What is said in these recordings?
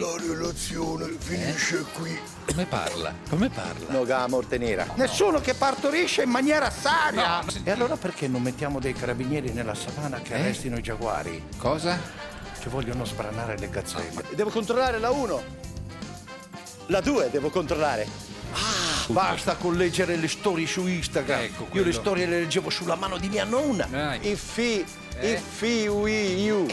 La relazione finisce qui. Come parla? Come parla? No, a morte nera. Nessuno che partorisce in maniera sana. No, no. E allora perché non mettiamo dei carabinieri nella savana che Eh? arrestino i giaguari? Cosa? Che vogliono sbranare le gazzelle. Devo controllare la 1. La 2 devo controllare. Basta con leggere le storie su Instagram. Ah, Ecco, Io quello. le storie le leggevo sulla mano di mia nonna. Dai. Iffi, Eh? iffi, we, you.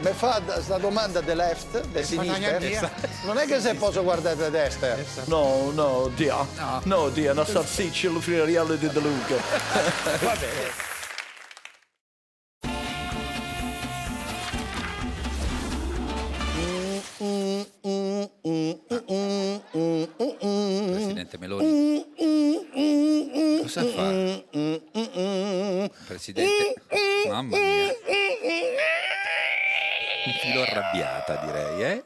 Mi fa questa domanda di left, di sinistra. eh? via. Non è che se posso guardare da destra. No, no, dia. No. No, dia, una salsiccia allo friariale di De Luca. Va bene. Presidente Meloni, cosa fa? Presidente, mamma mia. Un filo arrabbiata direi, eh?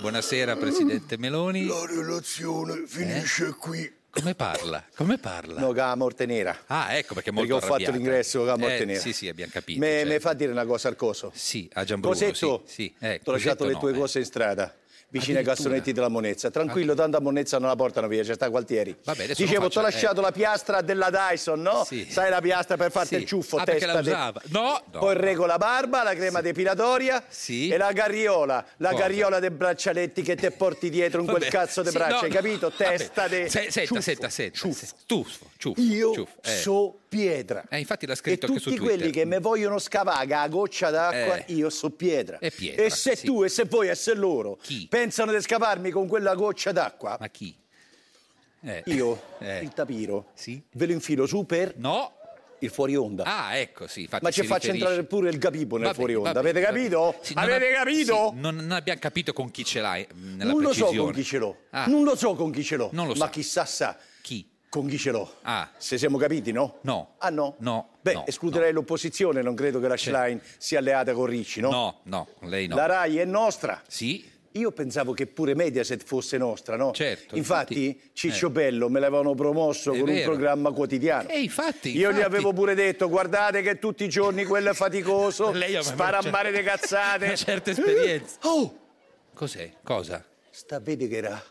Buonasera Presidente Meloni. Eh? La relazione finisce qui. Come parla? Come parla? No, a morte nera. Ah, ecco perché è molto Perché ho fatto arrabbiata. l'ingresso a morte Eh, nera. Sì, sì, abbiamo capito. Me, certo. me fa dire una cosa al coso. Sì, a Giambruno, Cosetto, sì, sì. Eh, ti ho Cosetto lasciato le no, tue eh. cose in strada, vicino ai Addirittura. cassonetti della Monezza. Tranquillo, tanto a Monezza non la portano via, c'è sta Gualtieri. Va bene, adesso Dicevo, non ti ho faccio- eh. lasciato la piastra della Dyson, no? Sì. Sai la piastra per farti Sì. il ciuffo, Ah, perché testa. la de- usava? No, no. Poi rego la barba, la crema depilatoria Sì. e la carriola, la Cosa? carriola dei braccialetti che te porti dietro in quel Vabbè. cazzo di Sì, braccia, no, hai no. capito? Vabbè. Testa de... Se- Senta, ciuffo, senta, senta. ciuffo. se- Ciuffo, ciuffo. Io ciuffo, eh. so pietra. Eh, infatti l'ha scritto e anche tutti su quelli Twitter. che mi vogliono scavare a goccia d'acqua, Eh. io so pietra. È pietra, E se sì. tu e se voi e se loro Chi? pensano di scavarmi con quella goccia d'acqua, Ma chi? Eh. io Eh. il tapiro Sì. ve lo infilo su per No. il fuori onda. Ah, ecco, sì. infatti Ma ci si faccio riferisce- entrare pure il gabibo nel Va bene, fuori onda. va bene, Avete va bene. capito? Sì, non Avete ab- capito? sì, non, non abbiamo capito con chi ce l'hai mh, nella non lo so precisione. con chi ce l'ho. Ah, Non lo so con chi ce l'ho. Non lo Ma sa. chissà sa Chi? con chi ce l'ho. Ah. Se siamo capiti, no? No. Ah no? No, Beh, no, escluderei l'opposizione, non credo che la Schlein sia alleata con Ricci, no? No, no, con lei no. La RAI è nostra. Sì? Io pensavo che pure Mediaset fosse nostra, no? Certo, Infatti, infatti- Ciccio eh. Bello me l'avevano promosso È con un vero. programma quotidiano. E Eh, infatti, Io gli infatti. avevo pure detto, guardate che tutti i giorni quello è faticoso, Lei aveva cioè spara a una mare le cazzate. una certa esperienza. Oh, Cos'è? Cosa? sta vedi che era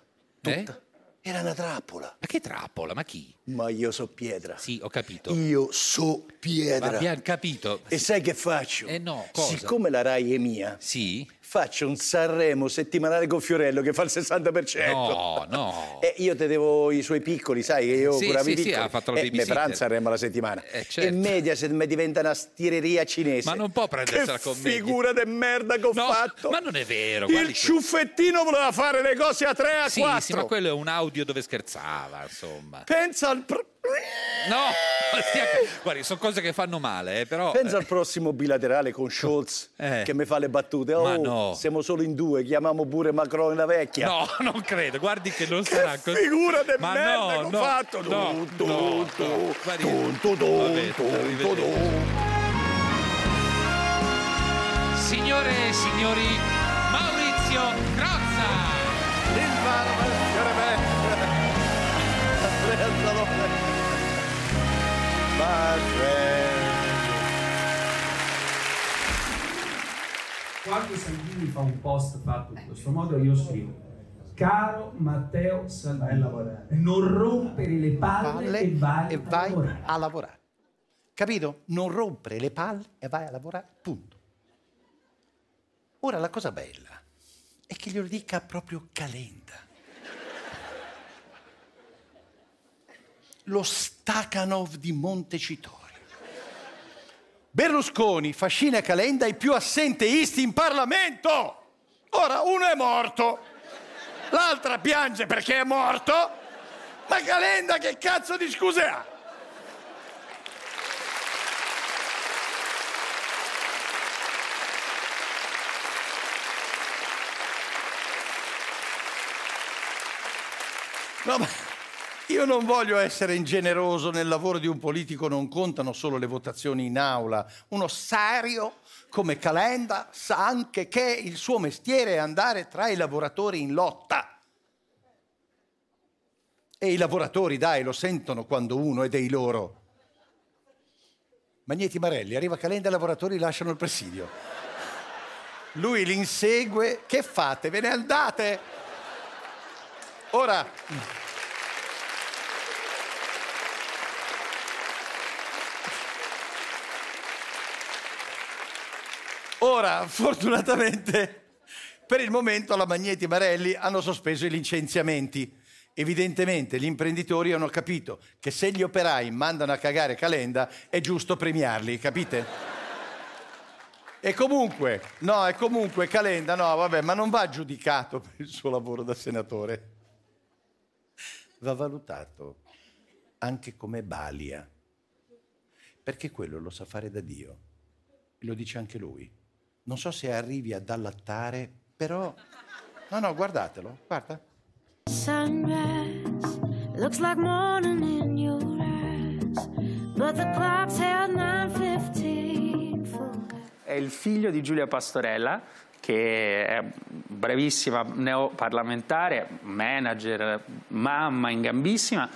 Eh? tutta... Era una trappola. Ma che trappola? Ma chi? Ma io so pietra. Sì, ho capito. Io so Ma pietra. abbiamo capito. E sai che faccio? Eh no, cosa? Siccome la RAI è mia, Sì? faccio un Sanremo settimanale con Fiorello che fa il 60%. No, no. Oh. E io te devo i suoi piccoli, sai che io Eh, Sì, curavo i sì, sì, piccoli. ha fatto la e me babysitter. faranno Sanremo la settimana. Eh, certo. E Mediaset mi diventa una stireria cinese. Ma non può prendersela che con me. figura di merda che ho No, fatto. ma non è vero, Il guardi che- ciuffettino voleva fare le cose a 3 a Sì, 4. sì, ma quello è un audio dove scherzava, insomma. Pensa al... pr- No, stia... guardi, sono cose che fanno male, eh, però... Pensa al prossimo bilaterale con Scholz Eh. che mi fa le battute. Ma Oh, no. siamo solo in due, chiamiamo pure Macron e la vecchia. No, non credo, guardi che non Che sarà così. figura del Ma merda no, che ho no, fatto. no, Dun, no, dun, no. dun, Guardi- dun, dun, dun, Vabbè, dun, arrivederci. dun. Signore e signori, Maurizio Crozza! Il vano per il fiore verde. Andrea Zalone. Barre. Quando Salvini fa un post fatto in questo modo io scrivo Caro Matteo Salvini, non rompere le palle, palle e vai, e a vai lavorare. a lavorare. Capito? Non rompere le palle e vai a lavorare, punto. Ora la cosa bella è che glielo dica proprio Calenda. Lo Stacanov di Montecitorio. Berlusconi fascina Calenda i più assenteisti in Parlamento. Ora uno è morto, l'altra piange perché è morto, ma Calenda che cazzo di scuse ha? No, ma io non voglio essere ingeneroso nel lavoro di un politico, non contano solo le votazioni in aula. Uno serio come Calenda sa anche che il suo mestiere è andare tra i lavoratori in lotta. E i lavoratori, dai, lo sentono quando uno è dei loro. Magneti Marelli, arriva Calenda i lavoratori lasciano il presidio. Lui li insegue, che fate? Ve ne andate? Ora, Ora, fortunatamente, per il momento la Magneti e Marelli hanno sospeso i licenziamenti. Evidentemente gli imprenditori hanno capito che se gli operai mandano a cagare Calenda è giusto premiarli, capite? E comunque, no, e comunque Calenda, no, vabbè, ma non va giudicato per il suo lavoro da senatore. Va valutato anche come balia, perché quello lo sa fare da Dio. E lo dice anche lui. Non so se arrivi ad allattare, però... No, no, guardatelo, guarda. Sunrise looks like morning in your eyes, but the clock's held 9:15 for. È il figlio di Giulia Pastorella, che è bravissima neoparlamentare, manager, mamma in gambissima,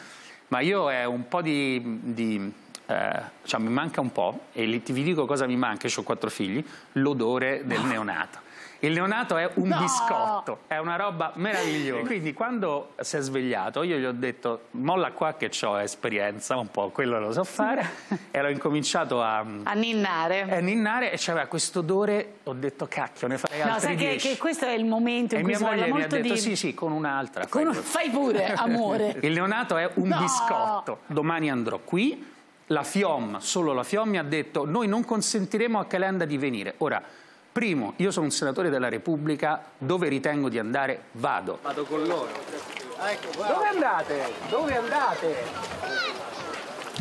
ma io è un po' di... di, eh, cioè mi manca un po', e li- ti vi dico cosa mi manca, io ho quattro figli, l'odore del neonato. Il neonato è un biscotto, è una roba meravigliosa. Quindi quando si è svegliato io gli ho detto molla qua che ho esperienza, un po' quello lo so fare, e l'ho incominciato a A ninnare. è Eh, ninnare e c'aveva questo odore, ho detto cacchio, ne farei no, altri sai che, 10". che questo è il momento in e cui mia si parla moglie mi ha molto detto di... sì sì, con un'altra. con fai un- così". Fai pure, amore. Il neonato è un No! biscotto. Domani andrò qui, la FIOM, solo la FIOM mi ha detto noi non consentiremo a Calenda di venire. Ora, primo, io sono un senatore della Repubblica, dove ritengo di andare vado. Vado con loro. Ah, ecco, Dove andate? Dove andate?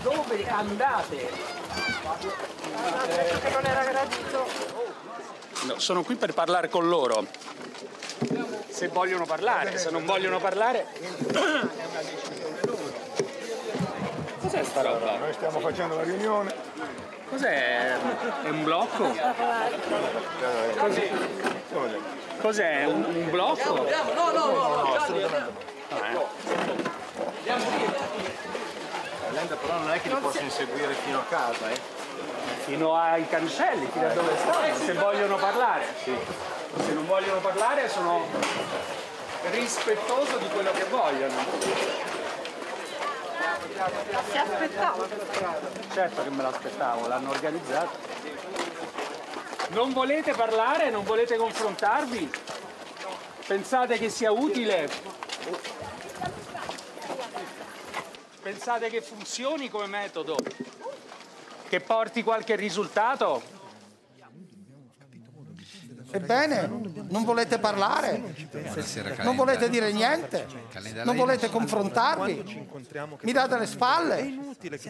Dove andate? sono qui per parlare con loro. Se vogliono parlare, se non vogliono parlare... Cos'è sta roba? Noi stiamo facendo la riunione. Cos'è? È un blocco? Cos'è? Un, un blocco? però non è che ti posso inseguire fino a casa, eh? Fino ai cancelli, fino a dove stanno, se vogliono parlare. Eh, Se non vogliono parlare sono rispettoso di quello che vogliono. Si aspettava? Certo che me l'aspettavo, l'hanno organizzato. Non volete parlare, non volete confrontarvi? Pensate che sia utile? Pensate che funzioni come metodo? Che porti qualche risultato? Ebbene, non volete parlare, Buonasera, Calenda. non volete dire niente, non volete confrontarvi, mi date le spalle,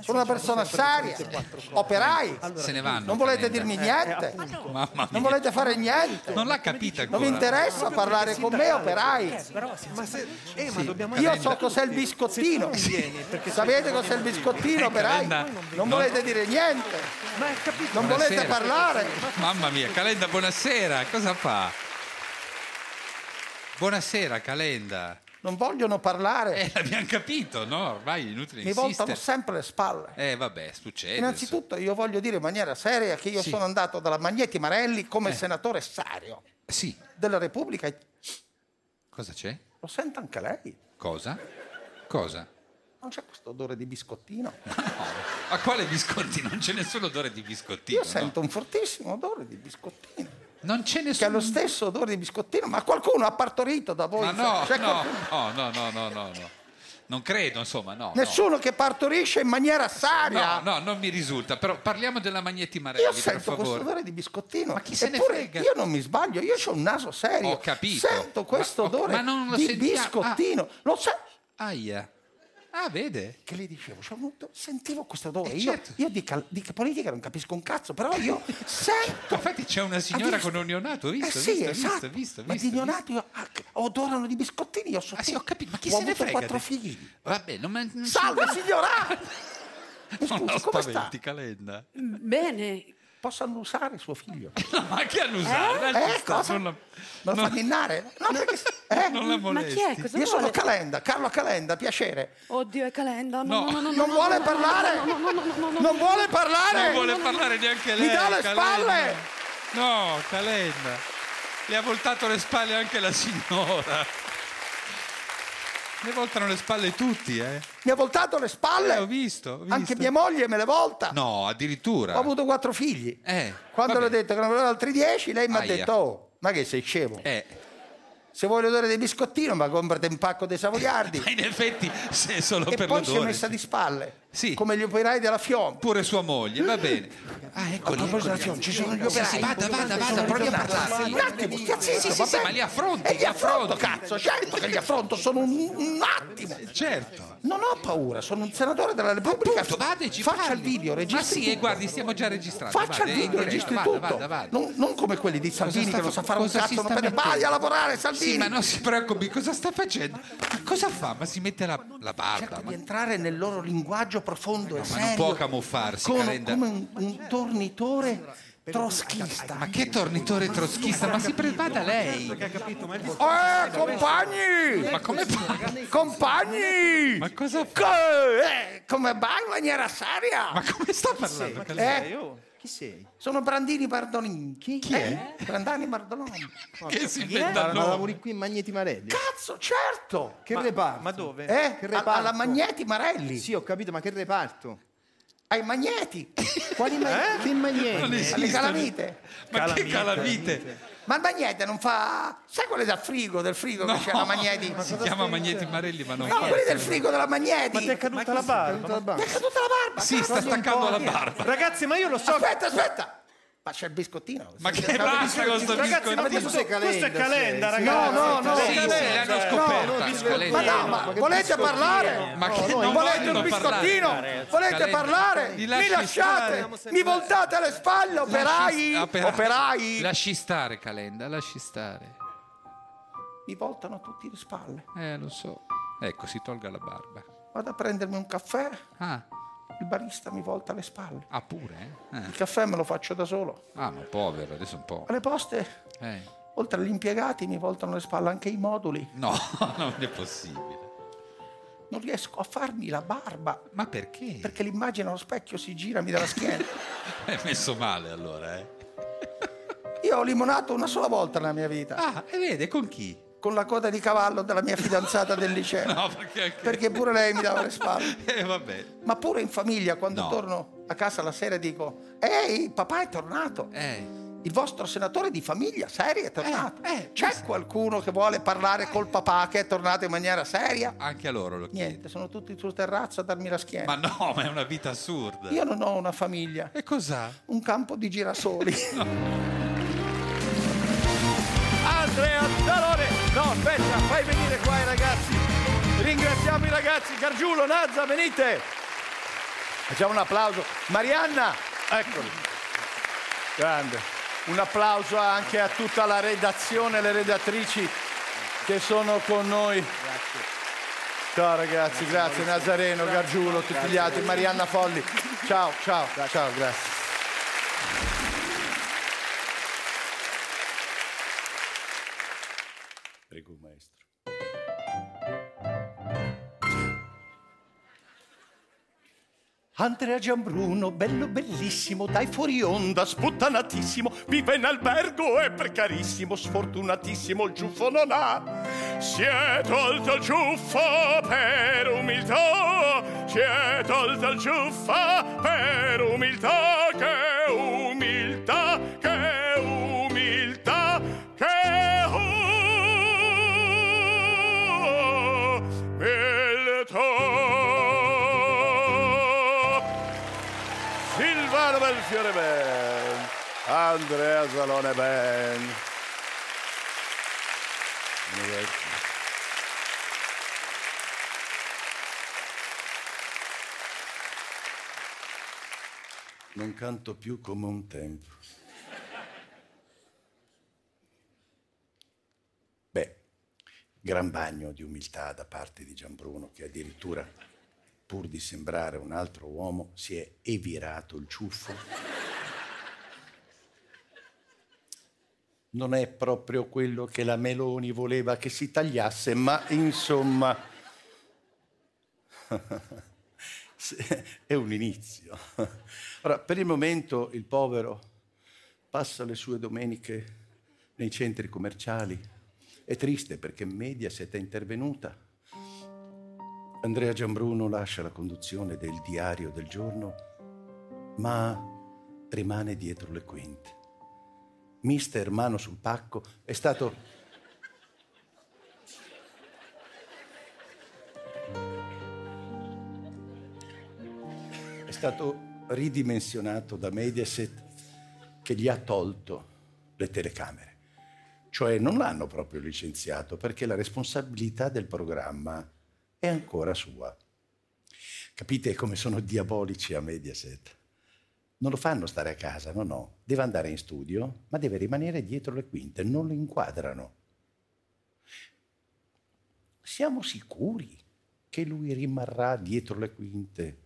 sono una persona seria, operai, Se ne vanno. non volete Calenda. dirmi niente, Mamma mia. eh, non volete fare niente, Non l'ha capita non ancora. vi interessa parlare con me, operai. Eh, Io so cos'è il biscottino. Sapete cos'è il biscottino, operai? Calenda, non- Non volete dire niente. Non volete Buonasera. parlare. Mamma mia, Calenda, buonasera, cosa fa? Buonasera, Calenda. non vogliono parlare, Abbiamo capito, no? Ormai è inutile mi voltano insistere. sempre le spalle. Eh, vabbè, succede. Innanzitutto io voglio dire in maniera seria che io Sì. Eh. sono andato dalla Magneti Marelli come senatore serio della Repubblica. Cosa c'è? Lo sente anche lei? Cosa? Cosa? Non c'è questo odore di biscottino? A quale biscotti? Non c'è nessun odore di biscottino. Io no? sento un fortissimo odore di biscottino. Non c'è nessuno. Che ha lo stesso odore di biscottino, ma qualcuno ha partorito da voi. Ma no, C'è no, qualcuno- no, no, no, no, no, no. Non credo, insomma, no. no. Nessuno che partorisce in maniera No, sana. no, non mi risulta, però parliamo della Magneti Marelli, Io per sento questo favore. odore di biscottino. Ma chi se ne frega? Io non mi sbaglio, io ho un naso serio. Ho capito. Sento questo Ma- ho- odore ma non lo di sentiamo. biscottino. Lo sai? Aia. Ah, vede? Che le dicevo, c'è un odore- sentivo questo odore. Eh, io certo. io di, cal- di politica non capisco un cazzo, però io sento. Infatti c'è una signora visto? con un neonato, ho visto, ho eh sì, visto, ho visto, esatto. ho visto, ho ma visto, di neonati ah, che odorano di biscottini. Io so Ah, sì, ho capito, ma chi se ho ne avuto frega? quattro di- figli. Vabbè, non me- non Salve ci- signora! Mi Non scusi, la come sta? spaventi, Calenda. Bene. Posso annusare suo figlio? Ma che annusare? Eh? Eh, Sta- cosa? Non la, Me lo fa non- ninnare? No, perché... eh? Non la molesti. chi è? Cosa Io sono vuole? Calenda, Carlo Calenda, piacere. Oddio, è Calenda. No. No, no, no, no, Non no, vuole no, no, parlare? no, no, no, no, no, no, no, Non no. vuole Non parlare? vuole parlare neanche lei. Mi dà le Calenda. spalle! No, Calenda. Le ha voltato le spalle anche la signora. Le voltano le spalle tutti, eh. Mi ha voltato le spalle? Eh, ho visto, ho visto. Anche mia moglie me le volta. No, addirittura. Ho avuto quattro figli. Eh, Quando le ho detto che ne avevo altri dieci, lei mi ha Aia. detto, oh, ma che sei scemo? Eh. Se vuoi l'odore del biscottino, ma comprati un pacco dei savoiardi. Ma in effetti, se è solo e per poi si è l'odore. messa di spalle. Sì. Come gli operai della Fiom. Pure sua moglie, va bene. Ah, A eccoli. proposito della eccoli. Fiom, ci sono gli Sì, operai. sì, vada, vada, Sono vada, provi a ritornati. parlare. Un attimo, Sì, scherzi, sì, sì, sì, ma li affronti, E li li affronto, affronti. cazzo, certo che li affronto, sono un, un attimo. Certo. Non ho paura, sono un senatore della Repubblica. Vadeci, Faccia parli. il video, Ma registri sì, e guardi, stiamo già registrando. Faccia vada, il eh, video, in registri diretta, tutto. Vada, vada, vada. Non, non come quelli di Salvini sta che non fa- sa fare un cosa si cazzo, non sta prende mettendo? vai a lavorare Salvini. Sì, ma non si preoccupi, cosa sta facendo? Ma cosa fa? Ma si mette la, la barba. di certo, Ma, entrare nel loro linguaggio profondo e ma serio. non può camuffarsi, come, Calenda. come un, un tornitore trotschista. Ma che tornitore trotschista, ma si prevada lei. Oh, Eh, compagni! Ma come fa? Compagni! Ma cosa fa? Che- eh, come va in maniera seria? Ma come sta parlando? Calenda? Eh? Chi sei? Sono Brandini Bardolini. Chi? Eh? è? Brandani Bardolini. Che si Ma inventa il nome? lavori qui in Magneti Marelli? Cazzo, certo! Che reparto? Ma dove? Eh? Che Alla- reparto? alla Magneti Marelli. Sì, ho capito, ma che reparto? Ai magneti. Quali ma- Che Eh? Non Magneti? esistono. Alle calamite. Ma che calamite? Ma il magnete non fa... Sai quelle da frigo, del frigo che c'è la Magneti? Si chiama Magneti Marelli, ma non No, quelli del fa. frigo della Magneti. Mi è Tutta la barba. la barba. caduta la barba. Sì, sta staccando la barba. Ragazzi, ma io lo so. Aspetta, aspetta. Ma c'è il biscottino. Ma che basta con sto Ragazzi, ma questo, biscottino? questo è Calenda, No, no, no. Sì, sì, l'hanno scoperta. No, no, Calenda. Ma no, ma volete parlare? Ma che non Volete vogliono un biscottino? parlare. Volete Calenda, parlare? li Mi lasci lasciate? stare. Mi voltate alle spalle, operai? Opera- Operai? Lasci stare, Calenda, lasci stare. Mi voltano tutti le spalle. Eh, lo so. Ecco, si tolga la barba. Vado a prendermi un caffè, Ah, il barista mi volta le spalle. ah pure? eh? Eh. Il caffè me lo faccio da solo. Ah, ma povero, adesso un po'. Alle poste, Eh. oltre agli impiegati, mi voltano le spalle anche i moduli. No, non è possibile. Non riesco a farmi la barba Ma perché? perché l'immagine allo specchio si girami dalla schiena. È messo male allora, eh? Io ho limonato una sola volta nella mia vita, Ah, e vede, con chi? con la coda di cavallo della mia fidanzata del liceo. No, perché anche... Perché pure lei mi dava le spalle. Eh, vabbè. Ma pure in famiglia, quando No. torno a casa la sera, dico: Ehi, papà è tornato. Eh, Il vostro senatore di famiglia seria è tornato. Eh, eh, C'è qualcuno che vuole parlare col papà che è tornato in maniera seria? anche a loro lo chiedo. Niente, sono tutti sul terrazzo a darmi la schiena. Ma no, ma è una vita assurda. Io non ho una famiglia, E cos'ha? un campo di girasoli. Andrea Zalone. No, aspetta, fai venire qua i ragazzi. Ringraziamo i ragazzi. Gargiulo, Nazza, venite. Facciamo un applauso. Marianna, eccoli. Grande. Un applauso anche a tutta la redazione, le redattrici che sono con noi. Ciao ragazzi, grazie, Nazareno, Gargiulo, tutti gli altri, Marianna Folli. Ciao, ciao, ciao, grazie. Prego, maestro. Andrea Giambruno, bello bellissimo, dai fuori onda, sputtanatissimo, vive in albergo, è precarissimo, sfortunatissimo, il ciuffo non ha. Si è tolto il ciuffo per umiltà, si è tolto il ciuffo per umiltà, che umiltà, che umiltà, che umiltà. Silvano Belfiore Ben, Andrea Salone Ben. Non canto più come un tempo. Beh, gran bagno di umiltà da parte di Gianbruno che addirittura, pur di sembrare un altro uomo, si è evirato il ciuffo. Non è proprio quello che la Meloni voleva che si tagliasse, ma insomma... se- è un inizio. Ora, per il momento il povero passa le sue domeniche nei centri commerciali. È triste perché Mediaset è intervenuta. Andrea Giambruno lascia la conduzione del diario del giorno, ma rimane dietro le quinte. Mister Mano sul pacco è stato è stato ridimensionato da Mediaset che gli ha tolto le telecamere. Cioè non l'hanno proprio licenziato perché la responsabilità del programma è ancora sua. Capite come sono diabolici a Mediaset? Non lo fanno stare a casa, no, no. Deve andare in studio, ma deve rimanere dietro le quinte, non lo inquadrano. Siamo sicuri che lui rimarrà dietro le quinte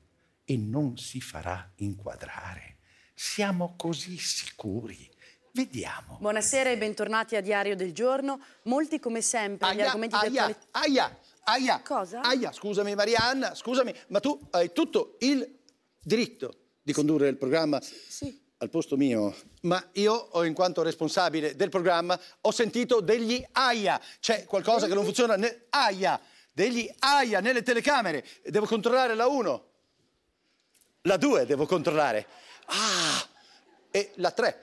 e non si farà inquadrare. Siamo così sicuri. Vediamo. Buonasera e bentornati a Diario del Giorno. Molti come sempre gli Aia, argomenti di aia, attualità. aia, aia. Cosa? Aia, scusami Marianna, scusami, ma tu hai tutto il diritto di condurre il programma Sì. al posto mio. Ma io, oh, in quanto responsabile del programma, ho sentito degli aia. C'è qualcosa che non funziona. Ne- aia, degli aia nelle telecamere. Devo controllare la 1. La 2 devo controllare. Ah, e la 3.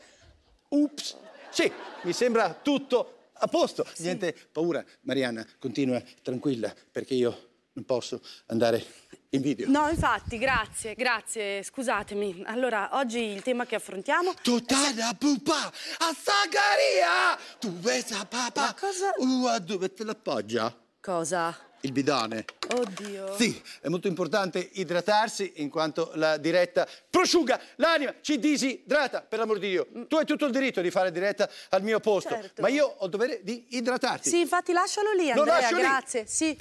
Ups. Sì, mi sembra tutto a posto. Niente paura, Marianna, continua tranquilla perché io non posso andare in video. No, infatti, grazie, grazie, scusatemi. Allora, oggi il tema che affrontiamo... Totala pupa a Sagaria! Tu sa papà? Ma cosa? Uh, dove te l'appoggia? Cosa? Il bidone. Oddio. Sì, è molto importante idratarsi in quanto la diretta prosciuga l'anima, ci disidrata, per l'amor di Dio. Tu hai tutto il diritto di fare diretta al mio posto, Mm. Certo. ma io ho dovere di idratarti. Sì, infatti lascialo lì, Lo Andrea, lascio lì. grazie. Sì.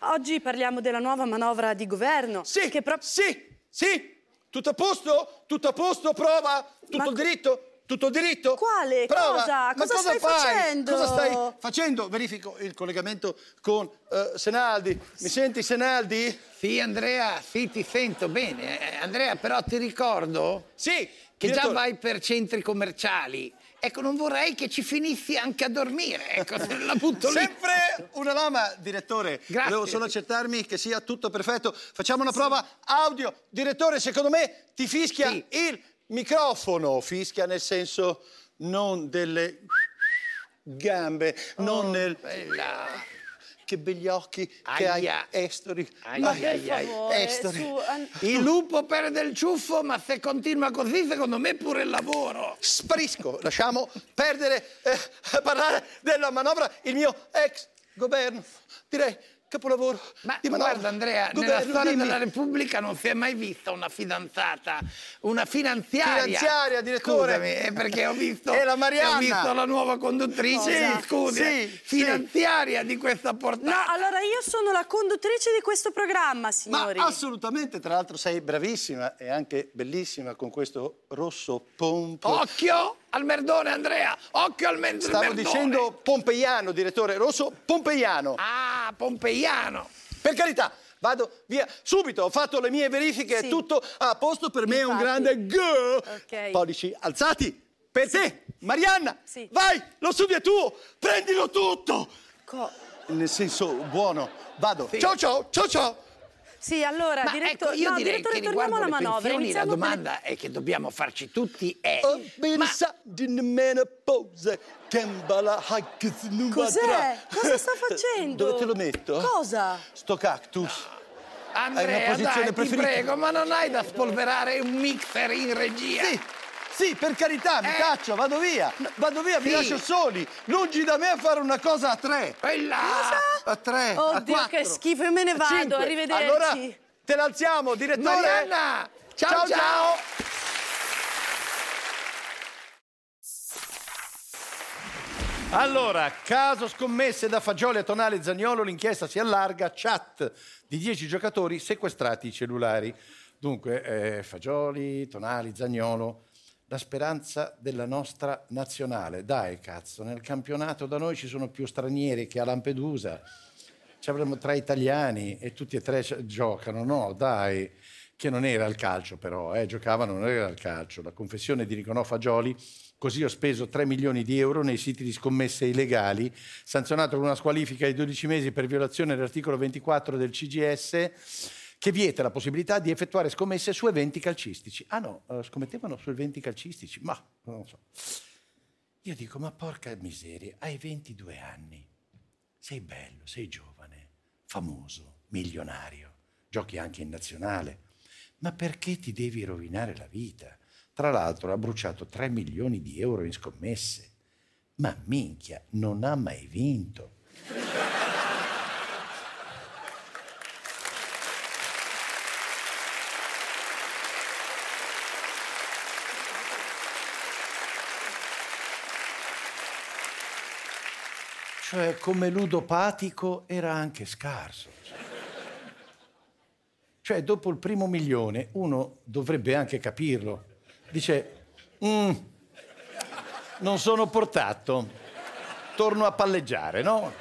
Oggi parliamo della nuova manovra di governo. Sì, che pro- sì, sì. Tutto a posto? Tutto a posto? Prova? Tutto il diritto? Tutto il diritto? Quale? Prova. Cosa? Ma Cosa stai fai? facendo? Cosa stai facendo? Verifico il collegamento con eh, Senaldi. Mi senti Senaldi? Sì, Andrea, sì, ti sento bene. Eh, Andrea, però ti ricordo che già direttore. vai per centri commerciali. Ecco, non vorrei che ci finissi anche a dormire. Ecco, se la butto lì. Sempre una lama, direttore. Grazie. Volevo solo accertarmi che sia tutto perfetto. Facciamo una prova audio. Direttore, secondo me ti fischia il microfono. Fischia nel senso non delle gambe, Oh, non nel... Che begli occhi che hai, Aia. Estori. Ai, Ma ai, che ai, ai. favore, Estori. Il lupo perde il ciuffo, ma se continua così, secondo me pure il lavoro. Sparisco, lasciamo perdere eh, a parlare della manovra il mio ex governo. Direi capolavoro Ma di manovra. guarda Andrea, nella Governo, storia dimmi. della Repubblica non si è mai vista una fidanzata, una finanziaria. Finanziaria, direttore. Scusami, è perché ho visto, E la Marianna. ho visto la nuova conduttrice, Cosa? scusi, Sì, eh, sì. finanziaria di questa portata. No, allora io sono la conduttrice di questo programma, Ma signori. assolutamente, tra l'altro sei bravissima e anche bellissima con questo rosso pompo. Occhio al merdone Andrea, occhio al men- Stavo merdone. dicendo pompeiano, direttore, rosso pompeiano. Ah, pompeiano. Per carità, vado via subito, ho fatto le mie verifiche, è Sì. tutto a posto, per me è un Infatti. grande go. Ok. Pollici alzati, per te, Marianna, vai, lo studio è tuo, prendilo tutto. Nel senso buono, vado. Sì. Ciao ciao, ciao ciao. Sì, allora, Ma diretto- ecco, io no, direi direttore, che torniamo riguardo alla alle manovra. pensioni la Iniziamo per le- domanda è che dobbiamo farci tutti è... Ho pensato in menopause, Kembala Haggis Cos'è? Cosa sta facendo? Dove te lo metto? Cosa? Sto cactus. Hai una Andrea, posizione dai, ti preferita? prego, ma non hai da spolverare un mixer in regia? Eh. Sì, sì, per carità, mi caccia, vado via. Vado via, vi Sì. lascio soli. Lungi da me a fare una cosa a tre. Cosa? A tre, a Oddio, quattro, che schifo, io me ne a vado, cinque. arrivederci. Allora, te la alziamo, direttore. Marianna, ciao, ciao. ciao. ciao. Allora, caso scommesse da Fagioli a Tonale Zagnolo, l'inchiesta si allarga, chat di 10 giocatori sequestrati i cellulari. Dunque, eh, Fagioli, Tonali, Zagnolo, la speranza della nostra nazionale. Dai, cazzo, nel campionato da noi ci sono più stranieri che a Lampedusa. Ci avremo tre italiani e tutti e tre ci- giocano. No, dai, che non era il calcio però, eh, giocavano, non era il calcio. La confessione di Nicolò Fagioli, così ho speso 3 milioni di euro nei siti di scommesse illegali, sanzionato con una squalifica di 12 mesi per violazione dell'articolo 24 del CGS che vieta la possibilità di effettuare scommesse su eventi calcistici. Ah no, eh, scommettevano su eventi calcistici, ma non lo so. Io dico, ma porca miseria, hai 22 anni, sei bello, sei giovane, famoso, milionario, giochi anche in nazionale, ma perché ti devi rovinare la vita? Tra l'altro ha bruciato 3 milioni di euro in scommesse, ma minchia, non ha mai vinto. Cioè, come ludopatico era anche scarso. Cioè, dopo il primo milione, uno dovrebbe anche capirlo. Dice, "Mm, non sono portato, torno a palleggiare, no?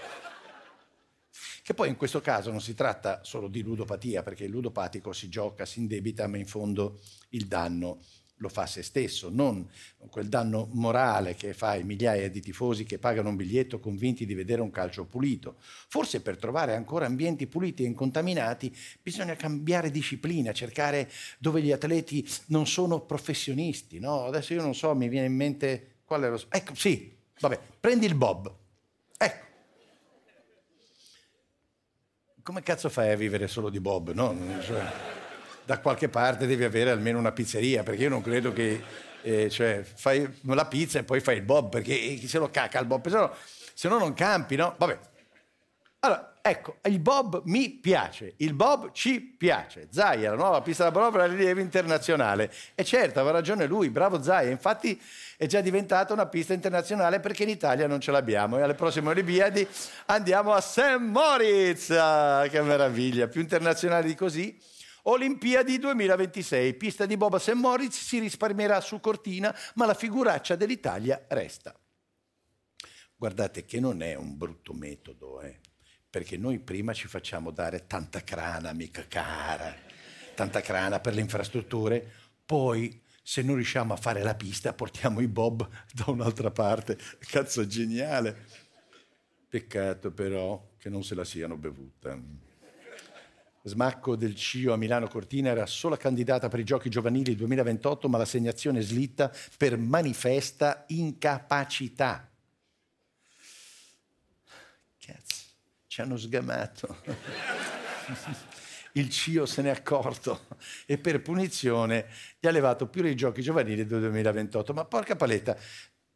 Che poi in questo caso non si tratta solo di ludopatia, perché il ludopatico si gioca, si indebita, ma in fondo il danno lo fa a se stesso, non quel danno morale che fa ai migliaia di tifosi che pagano un biglietto convinti di vedere un calcio pulito. Forse per trovare ancora ambienti puliti e incontaminati bisogna cambiare disciplina, cercare dove gli atleti non sono professionisti. no? Adesso io non so, mi viene in mente qual è lo... sp- Ecco, sì, vabbè, prendi il Bob. come cazzo fai a vivere solo di Bob? no? Cioè, da qualche parte devi avere almeno una pizzeria, perché io non credo che eh, cioè, fai la pizza e poi fai il Bob, perché chi se lo cacca il Bob, se no, se no non campi, no? Vabbè. Allora, ecco, il Bob mi piace, il Bob ci piace. Zaia, la nuova pista da prova per la rilievo internazionale. E certo, aveva ragione lui, bravo Zaia. Infatti è già diventata una pista internazionale perché in Italia non ce l'abbiamo. E alle prossime Olimpiadi andiamo a St. Moritz. Ah, che meraviglia, più internazionale di così. Olimpiadi 2026, pista di Bob a St. Moritz, si risparmierà su cortina, ma la figuraccia dell'Italia resta. Guardate che non è un brutto metodo, eh, perché noi prima ci facciamo dare tanta crana, mica cara, tanta crana per le infrastrutture, poi se non riusciamo a fare la pista portiamo i bob da un'altra parte. Cazzo, è geniale. Peccato però che non se la siano bevuta. Smacco del CIO a Milano Cortina era sola candidata per i Giochi Giovanili 2028, ma l'assegnazione è slitta per manifesta incapacità. Cazzo, ci hanno sgamato. Il CIO se n'è accorto e per punizione gli ha levato più dei giochi giovanili del 2028. Ma porca paletta,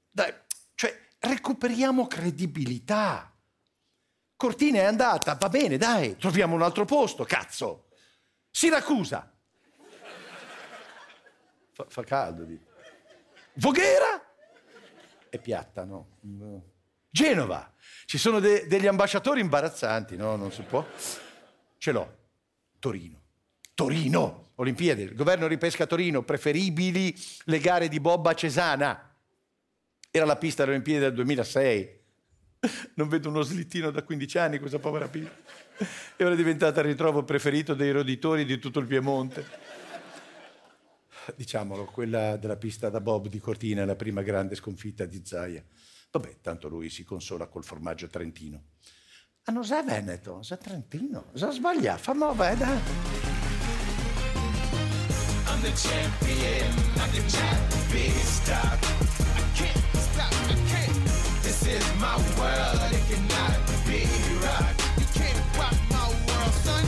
dai, cioè, recuperiamo credibilità. Cortina è andata, va bene, dai, troviamo un altro posto, cazzo. Siracusa. Fa, fa caldo, dì. Voghera? È piatta, no? No. Genova. Ci sono de- degli ambasciatori imbarazzanti, no? Non si può. Ce l'ho. Torino. Torino! Olimpiadi, il governo ripesca Torino, preferibili le gare di Bobba Cesana. Era la pista delle Olimpiadi del 2006. Non vedo uno slittino da 15 anni questa povera pizza. E ora è diventata il ritrovo preferito dei roditori di tutto il Piemonte. Diciamolo, quella della pista da Bob di Cortina è la prima grande sconfitta di Zaia. Vabbè, tanto lui si consola col formaggio trentino. Ah, non sei Veneto, sei Trentino. Cosa sbaglia? Fammo vedere. I'm the champion, I'm the champ, big star. I can't stop, I can't. This is my world, it cannot be rocked. You can't rock my world, son.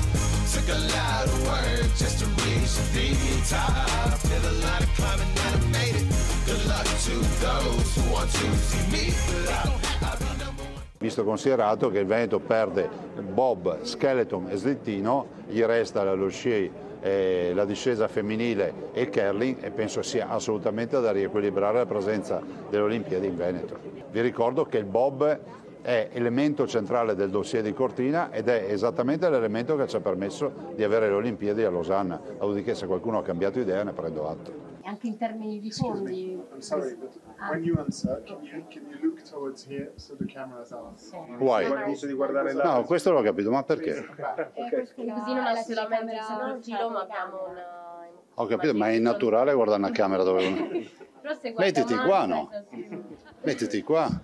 Took a lot of work just to reach the top. Did a lot of climbing and I made it. Good luck to those who want to see me love. I'll be number one. Visto e considerato che il Veneto perde Bob, Skeleton e Slittino, gli resta la Losci, eh, la discesa femminile e il curling e penso sia assolutamente da riequilibrare la presenza delle Olimpiadi in Veneto. Vi ricordo che il Bob è elemento centrale del dossier di Cortina ed è esattamente l'elemento che ci ha permesso di avere le Olimpiadi a Losanna, dopodiché se qualcuno ha cambiato idea ne prendo atto. Anche in termini di fondi. Ah. I'm sorry, but when you answer, can you, can you look towards here so the camera is out? Why? Ma dice di guardare là. No, questo l'ho capito, ma perché? Così non ha solamente il giro, ma abbiamo una. Ho capito, ma è innaturale guardare una camera dove... Però se guarda Mettiti avanti, qua, no? sì. Mettiti qua.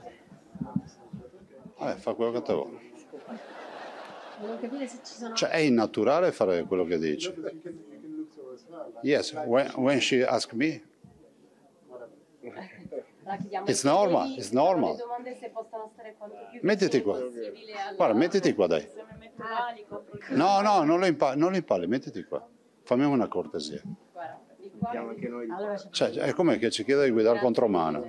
Vabbè, fa quello che te vuole. Volevo capire se ci sono. Cioè, è innaturale fare quello che dici. Yes, when, when she asked me, La chiediamo It's ai normal, colleghi, it's normal. le domande se possono stare quanto più Mettiti vicini qua. possibile alla- guarda, mettiti qua dai. Ah, ecco. No, no, non lo impari, non lo impari, mettiti qua. Fammi una cortesia. Diciamo Allora, Cioè, è come che ci chiede di guidare contro mano.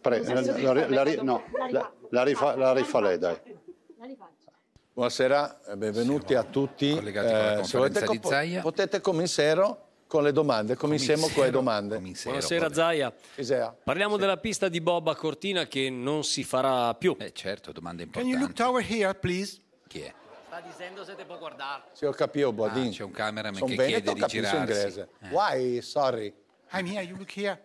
Pre- la, la- la- la- ri- no, la- la rifa, la rifa lei, dai. Buonasera, e benvenuti a tutti. con la Eh, se volete conferenza di co- Zaia. potete cominciare con le domande, cominciamo con le domande. Buonasera Zaia. Parliamo della pista di Bob a Cortina che non si farà più. Eh certo, domanda Can you look tower here, please? Chi è? Sta dicendo se te può guardare. Se ho capito, Boadin. Ah, c'è un cameraman Son che chiede veneto, di capisco girarsi. inglese. Eh. Why, sorry. I'm here, you look here.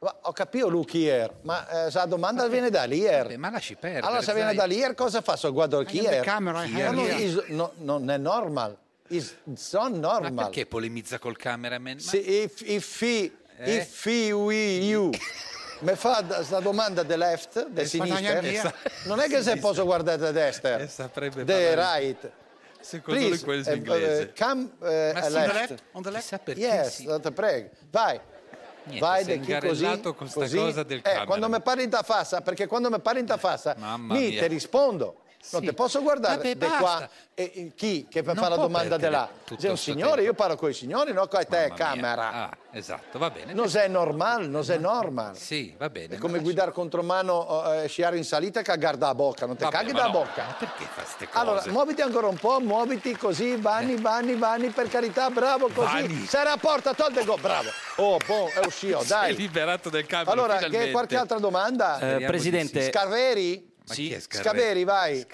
Ma ho capito Lukier, ma eh, la domanda viene da Lier. Ma lasci perdere. Allora, se Zai. viene da Lier, cosa fa? So guardo il I have the Kier. camera, eh? I have Allora, Kier. is- no, non è normal. Is, it's not Ma normal. perché polemizza col cameraman? Ma- Se, if, if he, Eh? if he, we, you mi fa questa domanda di left, di Eh, sinistra, Spagna via. non è che se posso guardare da destra, Eh, saprebbe the parlare- right. Secondo lui quello eh, inglese. eh, come eh, Ma a sì, left. left, on the left. Chissà perché Yes, sì. te prego. Vai. Niente, Vai si è da chi così, ingarellato con sta così. cosa del eh, cameraman. quando mi parli in tafassa, perché quando mi parli in tafassa, Mamma mi mia. te rispondo. Non Sì. ti posso guardare Vabbè, da basta. qua e e chi che mi Non fa la può domanda di perdere là. tutto Sei un sto signore, io parlo con i signori, no con te, camera. Ah, esatto, va bene. Non sei normale, non sei normale. Sì, va bene. È come guidare contromano, eh, sciare in salita e cagare da bocca, non te Vabbè, caghi ma da no, bocca. Ma perché fa ste cose? Allora, muoviti ancora un po', muoviti così, Eh. vani, vani, vani, per carità, bravo così. Vani. Sarà a porta, tolde il gol, bravo. Oh, boh, è uscito, Si è dai. liberato del cambio. Allora, finalmente. che qualche altra Eh, domanda? Speriamo Presidente. di sì. Scaveri? Sì, Scaveri, vai.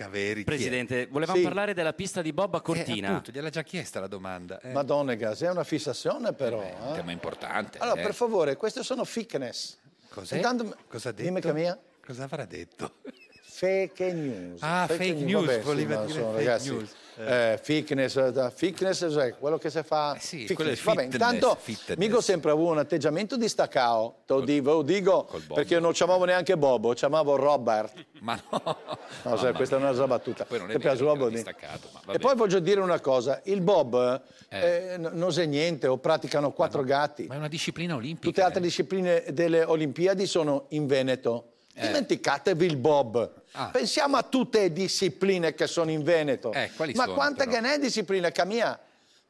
Presidente, volevamo Sì. parlare della pista di Eh, Bob a Cortina. appunto, gliel'ha già chiesta la domanda. Madonnega, sei una fissazione però. un eh. tema importante. Allora, eh. per favore, queste sono thickness. Cos'è? Cosa ha detto? Dimmi che mia. Cosa avrà detto? Fake news. Ah, fake news, Vabbè, sì, voleva ma dire sono, fake ragazzi, news. eh, thickness, eh, thickness, cioè, quello che si fa. thickness. Eh quello è Vabbè, fitness, intanto, fitness. Migo sempre avuto un atteggiamento di staccao. Te lo dico, lo dico, perché io non chiamavo neanche Bobo, chiamavo Robert. Ma no. No, sai, questa è una battuta. Poi non è Ti vero piace che era Bobo? distaccato, ma E poi voglio dire una cosa, il Bob Eh. eh, n- non sa niente o praticano quattro gatti. Ma è una disciplina olimpica. eh. Tutte le altre discipline delle Olimpiadi sono in Veneto. Eh. Dimenticatevi il Bob. Ah. Pensiamo a tutte le discipline che sono in Veneto. Eh, quali Ma sono, quante però? che ne è disciplina, Camia?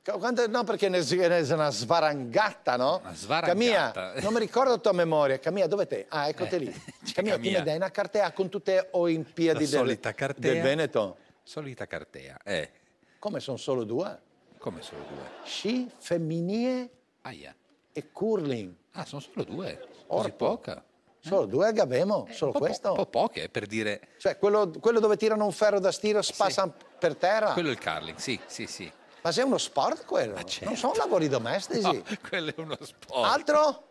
Ca- Quante, no, perché ne ne- ne- è una svarangata, no? svarangata. Camia, non mi ricordo la tua memoria. Camia, dove te? Ah, Eh, eccoti lì. Camia, ti Camia. mi dai una cartea con tutte le La Olimpiadi del, solita cartea. del Veneto? Solita cartea. Eh, Come sono solo due? come solo due? Sci, femminile Aia. e curling. Ah, sono solo due. Così Orpo. poca. Solo due Gabemo, solo Un po' po- questo. Un po' poche, eh, per dire... Cioè, quello, quello dove tirano un ferro da stiro, spassano per terra. Quello Ah, certo. è il curling, sì, sì, sì. Ma sei uno Ah, sport quello? Non sono lavori domestici. oh. No, quello è uno sport. Altro?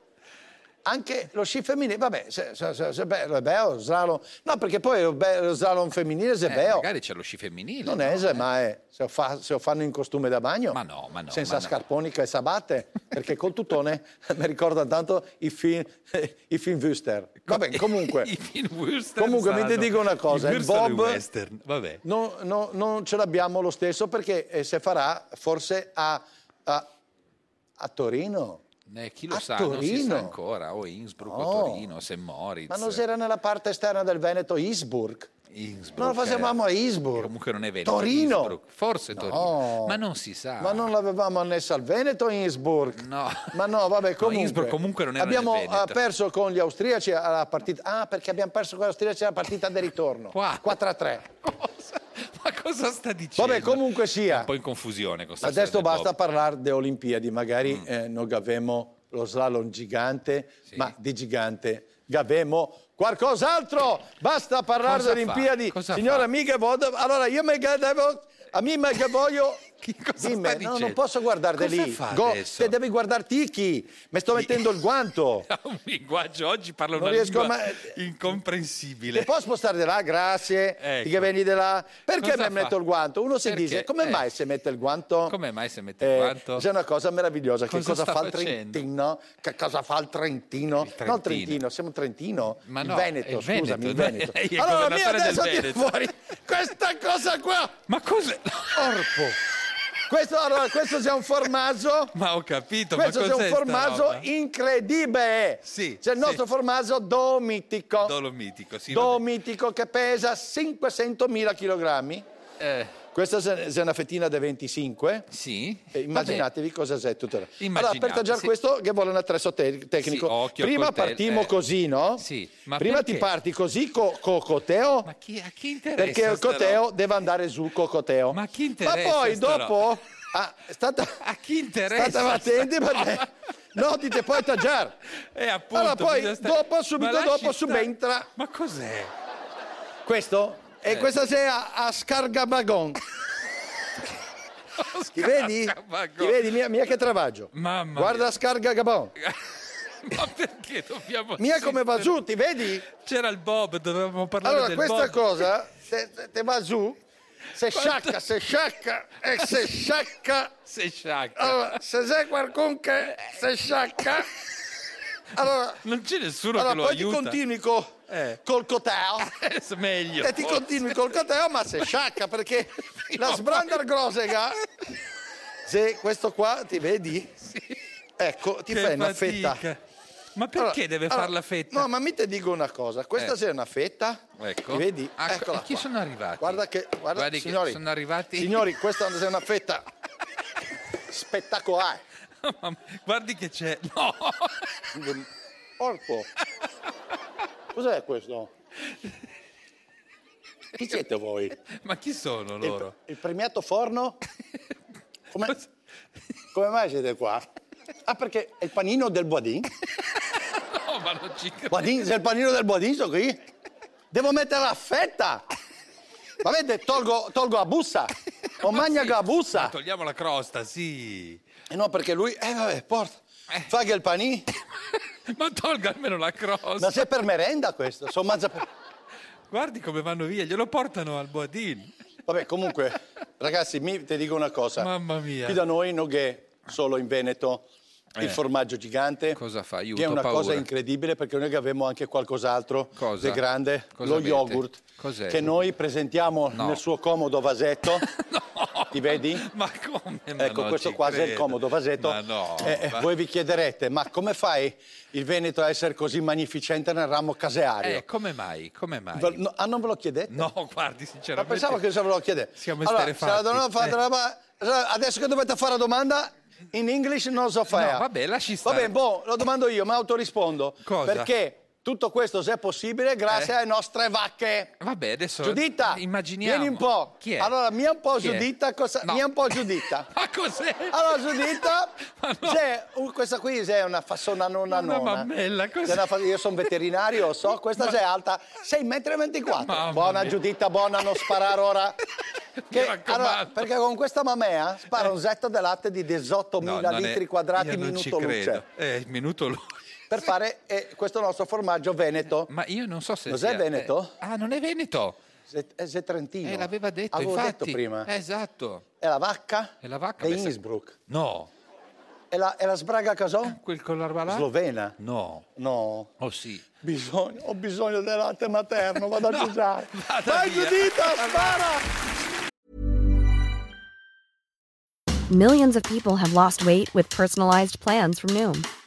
anche lo sci femminile, vabbè, se, se, se, se be- è beo, slalom. No, perché poi lo, be- lo slalom femminile se è Eh, beo. magari c'è lo sci femminile. Non no? eh. è, se- ma è, se, lo fa- se lo fanno in costume da bagno. Ma no, ma no, Senza ma no. scarponica e sabate, perché col tutone mi ricorda tanto i film, i film Wüster. Vabbè, comunque. Western comunque mi saranno. ti dico una cosa, I il Western e i Bob- Western, vabbè. No, no, non ce l'abbiamo lo stesso perché eh, se farà forse a, a, a Torino. Eh, chi lo A sa, non si Torino. sa ancora, o Innsbruck No. o Torino, se Moritz. Ma non si era nella parte esterna del Veneto, Innsbruck? Innsbruck, Non lo facevamo a eh, Innsbruck. Comunque non è vero. Torino. Innsbruck, Forse No. Torino. Ma non si sa. Ma non l'avevamo annessa al Veneto Innsbruck? No. Ma no, vabbè, comunque. Innsbruck comunque non era nel Abbiamo Veneto. ah, perso con gli austriaci alla partita... Ah, perché abbiamo perso con gli austriaci alla partita di ritorno. 4 a 3. Ma cosa sta dicendo? Vabbè, comunque sia. Un po' in confusione con stasera Adesso del basta Bob. parlare di Olimpiadi, magari Mm. eh, non gavemo lo slalom gigante, ma di gigante gavemo qualcos'altro. Basta parlare di Cosa fa? Olimpiadi. Cosa Signora, fa? mica voglio... Allora, io mi devo... A me mi voglio... Dimmi, no, non dicendo? posso guardare Cosa lì. fa adesso? te devi guardarti chi? Mi sto mettendo il guanto. Ha un linguaggio, oggi parla Non una riesco lingua ma- incomprensibile. Ti posso spostare di là? Grazie. Ecco. Ti che vieni di là? Perché Cosa mi fa? metto il guanto? Uno si Perché? dice, come Eh. mai se mette il guanto? Come mai se mette Eh, il guanto? C'è una cosa meravigliosa. che Cosa cosa sta fa il facendo? Trentino? Che cosa fa il Trentino? Trentino. No, il Trentino, siamo Trentino. Ma il no, è Veneto, il scusami, Veneto. il Veneto. Lei è il allora, mia governatore adesso del tira Veneto. fuori questa cosa qua. Ma cos'è? Orpo. Questo, allora, questo c'è un formaggio. Ma ho capito, Questo ma c'è cos'è un sta formaggio roba? incredibile. c'è il nostro formaggio domitico. Dolomitico, sì. Domitico che pesa 500.000 kg. Eh, Questa se- se è una fettina da 25. Sì. E immaginatevi cosa sei tutto là. Allora, Immaginate, per taggiare sì. questo che vuole un attrezzo te- tecnico. Sì, occhio al Prima coltello, partiamo eh. così, no? Sì, ma Prima perché? ti parti così co- co- coteo. Ma chi, a chi interessa? Perché il sta coteo roba? deve andare su cocoteo. Ma chi interessa Ma poi sta dopo ah, state, a chi interessa State attenti sta perché no, dite poi taggiare. Eh, appunto, allora bisogna poi stare- dopo Ma subito lasci dopo stare. subentra Ma cos'è? questo e Eh. questa sera a Scargabagon. Ti vedi? Ti vedi mia, mia che travaggio. Mamma Guarda mia. Scargagabon. Ma perché dobbiamo... Mia come va assistere? giù, ti vedi? C'era il Bob, dovevamo parlare Allora del questa Bob. cosa te, te- te va giù. Se sciacca, se sciacca e se sciacca Sei sciacca. Allora, se c'è qualcuno che si sciacca, allora, Non c'è nessuno allora che lo poi aiuta. ti continui co- col coteo. È meglio. E ti forse. continui col coteo, ma se sciacca perché la sbrander grosega. Se questo qua ti vedi, ecco, ti Che fai una fatica. fetta. Ma perché deve far la fetta? No, ma mi te dico una cosa: questa Eh. sera è una fetta. Ecco. Ti vedi? Ah, Eccola e chi qua. sono arrivati? Guarda che. Guarda, Guardi che signori, sono arrivati- Signori, questa è una fetta spettacolare. Mamma- Guardi che c'è. No! Orpo. Cos'è questo? Chi siete voi? Eh, Ma chi sono loro? Il premiato forno? Come, come mai siete qua? Ah, perché è il panino del Boadin? No, ma non ci credo. Boadin, se è il panino del Boadin sono qui. Devo mettere la fetta. Va bene, tolgo, tolgo la bussa. O magna la bussa. Togliamo la crosta, sì. Eh. Eh no, perché lui, eh vabbè, porta. Fa che il panino. Ma tolga almeno la crosta. Ma se è per merenda questo, sono mangia per... Guardi come vanno via, glielo portano al Boadin. Vabbè, comunque, ragazzi, mi, ti dico una cosa. Mamma mia. Qui da noi non è solo in Veneto Eh. il formaggio gigante. Cosa fa? Aiuto, che è una paura. cosa incredibile perché noi avevamo anche qualcos'altro Cosa? di grande, Cosa lo avete? yogurt, Cos'è? che noi presentiamo No. nel suo comodo vasetto. Ti vedi? Ma come? Ma ecco, no, questo ci qua è il credo. comodo vasetto. Ma no, Eh, eh, ma- Voi vi chiederete, ma come fai il Veneto a essere così magnificente nel ramo caseario? Eh, come mai? Come mai? Ve- no, ah, non ve lo chiedete? No, guardi, Ma sinceramente. pensavo che se ve lo chiedete. Siamo allora, se esterefatti. la donna fa Eh. della ba- Adesso che dovete fare la domanda, in English non so fare. No, vabbè, lasci stare. Vabbè, eh. boh, lo domando io, ma autorispondo. Cosa? Perché tutto questo, se è possibile, grazie Eh. alle nostre vacche. Vabbè, adesso Giuditta, immaginiamo. vieni un po'. Chi è? Allora, mia un po' Chi è? Giuditta, cosa... No. mia un po' Giuditta. Ma cos'è? Allora, Giuditta, c'è un- questa qui c'è una fassona nonna Una nonna. mammella, C'è cos'è? una fa- io sono veterinario, so, questa c'è alta 6,24 m. Buona Giuditta, buona, non sparare ora. Che- allora, perché con questa mamea spara un setto di latte di 18.000 Eh. non è- litri quadrati io non minuto ci luce. credo. Eh, minuto luce. per fare eh, questo nostro formaggio veneto. Ma io non so se Cos'è sia- veneto? eh, ah, non è veneto. È trentino. Eh, l'aveva detto, Avevo infatti. detto prima. Eh, Esatto. È la vacca? È la vacca. È beh, se- Innsbruck. No. Eh, È la, è la sbraga casò? Quel con l'arba là? Slovena. No. No. Oh sì. Bisogno, ho bisogno del latte materno, vado a giusare. Vai, via. Giuditta, spara! Millions of people have lost weight with personalized plans from Noom,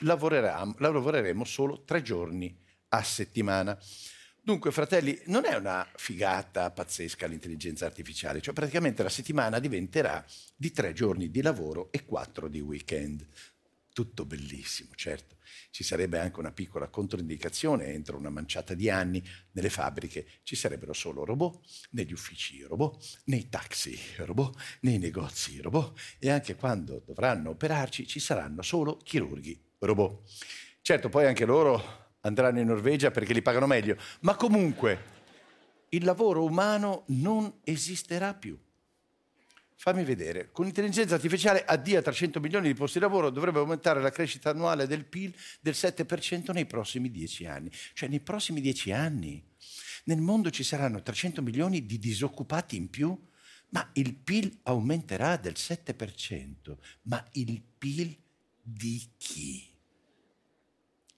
lavoreremo, lavoreremo solo tre giorni a settimana. Dunque, fratelli, non è una figata pazzesca l'intelligenza artificiale, cioè praticamente la settimana diventerà di tre giorni di lavoro e quattro di weekend. Tutto bellissimo, certo. Ci sarebbe anche una piccola controindicazione entro una manciata di anni. Nelle fabbriche ci sarebbero solo robot, negli uffici robot, nei taxi robot, nei negozi robot e anche quando dovranno operarci ci saranno solo chirurghi robot. Certo, poi anche loro andranno in Norvegia perché li pagano meglio, ma comunque il lavoro umano non esisterà più. Fammi vedere, con l'intelligenza artificiale addio a 300 milioni di posti di lavoro dovrebbe aumentare la crescita annuale del PIL del 7% nei prossimi 10 anni. Cioè nei prossimi 10 anni nel mondo ci saranno 300 milioni di disoccupati in più, ma il PIL aumenterà del 7%. Ma il PIL di chi?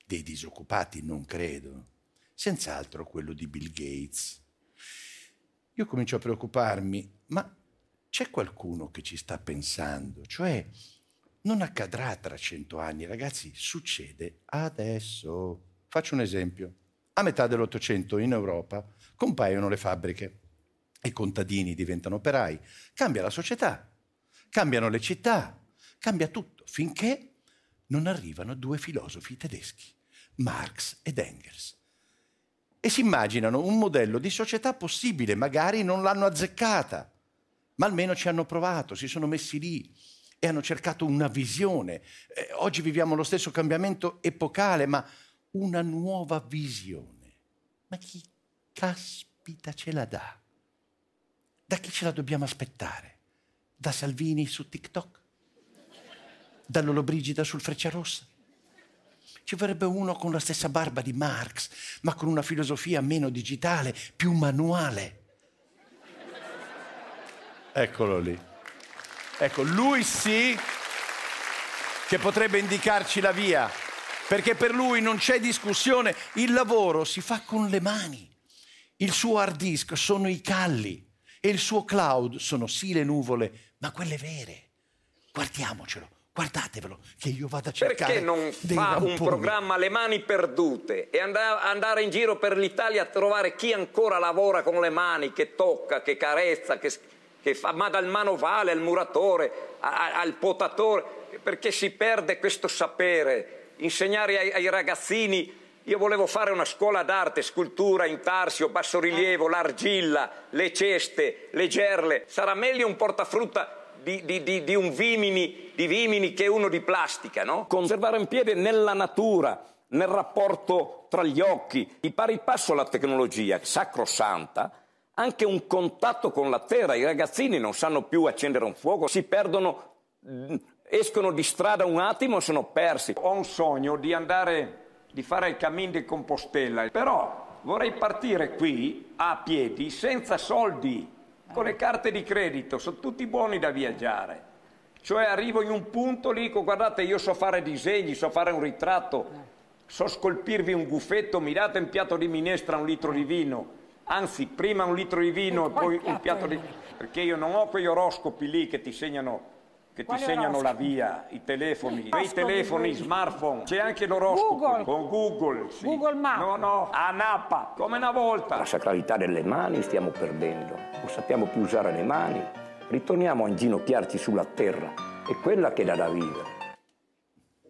Dei disoccupati non credo, senz'altro quello di Bill Gates. Io comincio a preoccuparmi, ma c'è qualcuno che ci sta pensando, cioè non accadrà tra cento anni, ragazzi, succede adesso. Faccio un esempio. A metà dell'Ottocento in Europa compaiono le fabbriche, i contadini diventano operai, cambia la società, cambiano le città, cambia tutto, finché non arrivano due filosofi tedeschi, Marx ed Engels e si immaginano un modello di società possibile, magari non l'hanno azzeccata, ma almeno ci hanno provato, si sono messi lì e hanno cercato una visione. Eh, oggi viviamo lo stesso cambiamento epocale, ma una nuova visione. Ma chi caspita ce la dà? Da chi ce la dobbiamo aspettare? Da Salvini su TikTok? Da Lollobrigida sul Frecciarossa? Ci vorrebbe uno con la stessa barba di Marx, ma con una filosofia meno digitale, più manuale. Eccolo lì. Ecco, lui sì che potrebbe indicarci la via, perché per lui non c'è discussione, il lavoro si fa con le mani. Il suo hard disk sono i calli e il suo cloud sono sì le nuvole, ma quelle vere. Guardiamocelo, guardatevelo, che io vado a cercare. Perché non dei fa un ramponi. programma alle mani perdute e andà- andare in giro per l'Italia a trovare chi ancora lavora con le mani, che tocca, che carezza, che, che fa, ma dal manovale al muratore, a- a- al potatore, perché si perde questo sapere. Insegnare ai, ai ragazzini, io volevo fare una scuola d'arte, scultura in tarsio, bassorilievo, l'argilla, le ceste, le gerle. Sarà meglio un portafrutta di, di- di- di un vimini, di vimini che uno di plastica, no? Conservare in piedi nella natura, nel rapporto tra gli occhi, di pari passo alla tecnologia, sacrosanta, anche un contatto con la terra. I ragazzini non sanno più accendere un fuoco, si perdono, mm, escono di strada un attimo e sono persi. Ho un sogno di andare, di fare il cammin di Compostela, però vorrei partire qui a piedi, senza soldi, con le carte di credito, sono tutti buoni da viaggiare. Cioè arrivo in un punto lì, dico, guardate, io so fare disegni, so fare un ritratto, so scolpirvi un gufetto, mi date un piatto di minestra, un litro di vino. Anzi, prima un litro di vino e poi un piatto di... Perché io non ho quegli oroscopi lì che ti segnano, che ti Quali segnano la oroscopi? via, i telefoni, i Oroscopi, telefoni, lui. smartphone. C'è anche l'oroscopo con Google. sì. Google Maps. No, no, a Napa, come una volta. La sacralità delle mani stiamo perdendo, non sappiamo più usare le mani, ritorniamo a inginocchiarci sulla terra, è quella che dà da vivere.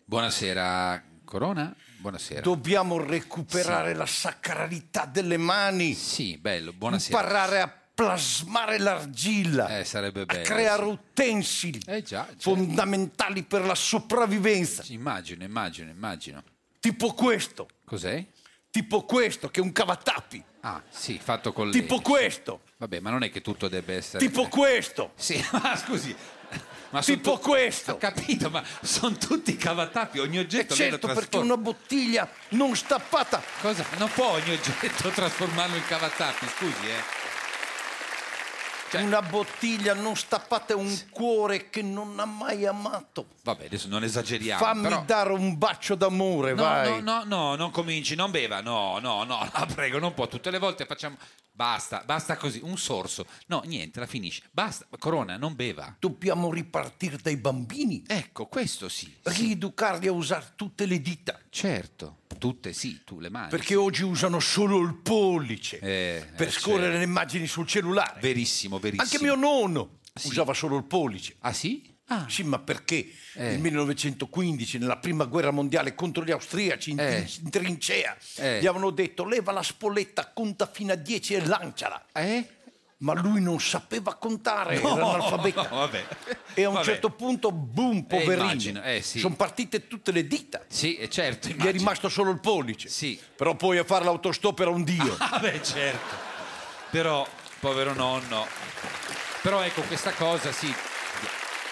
Buonasera, Corona. Buonasera. Dobbiamo recuperare Sì. la sacralità delle mani. Sì, bello, buonasera. Imparare a plasmare l'argilla. Eh, sarebbe bello. Eh, creare utensili cioè. fondamentali per la sopravvivenza. Immagino, immagino, immagino. Tipo questo. Cos'è? Tipo questo, che è un cavatappi. Ah, sì, fatto con le... Tipo questo. Vabbè, ma non è che tutto debba essere... Tipo questo. Sì, ma scusi. tipo questo. Ho capito, ma sono tutti cavatappi, ogni oggetto lei lo certo, perché trasforma. una bottiglia non stappata. Cosa? Non può ogni oggetto trasformarlo in cavatappi, scusi, eh. cioè Una bottiglia non stappata è un cuore che non ha mai amato. Vabbè, adesso non esageriamo, Fammi però... dare un bacio d'amore, No, vai. no, no, no, non cominci, non beva, no, no, no, la prego, non può, tutte le volte facciamo... Basta, basta così, un sorso. No, niente, la finisce. Basta, Corona, non beva. Dobbiamo ripartire dai bambini. Ecco, questo sì. Rieducarli a usare tutte le dita. Certo, tutte sì, tu le mani. Perché oggi usano solo il pollice Eh, per eh, scorrere certo. le immagini sul cellulare. Verissimo, verissimo. Anche mio nonno usava solo il pollice. Ah Eh. sì? Sì, ma perché nel 1915, nella prima guerra mondiale contro gli austriaci in, in trincea, Eh. gli avevano detto leva la spoletta, conta fino a 10 e lanciala. Ma lui non sapeva contare, era analfabeta. Eh? No, vabbè. E a un Vabbè. certo punto, boom, Eh, poverino. immagino, eh, sì. Sono partite tutte le dita. Sì, eh, certo. Gli è rimasto solo il pollice. Sì. Però poi a fare l'autostop era un dio. Ah, beh, certo. Però, povero nonno. Però ecco, questa cosa sì,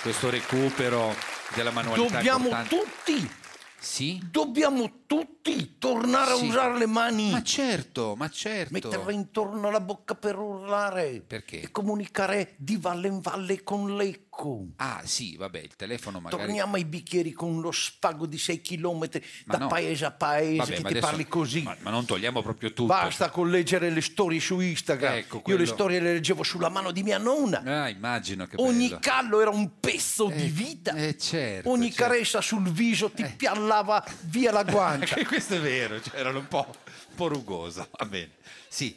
questo recupero della manualità Dobbiamo importante. tutti, Sì? dobbiamo tutti tornare Sì. a usare le mani. Ma certo, ma certo. Metterla intorno alla bocca per urlare. Perché? E comunicare di valle in valle con l'eco. Ah, sì, vabbè, il telefono magari... Torniamo ai bicchieri con lo spago di 6 km Ma da no. paese a paese Vabbè, che ma ti adesso- parli così. Ma, ma non togliamo proprio tutto. Basta con leggere le storie su Instagram. Ecco, Io quello- le storie le leggevo sulla mano di mia nonna. Ah, immagino che Ogni bello. Eh, callo era un pezzo di vita. certo, Eh. Ogni caressa sul viso ti piallava via la guancia. Anche questo è vero, cioè, era un po', un po' rugosa, va bene. Sì,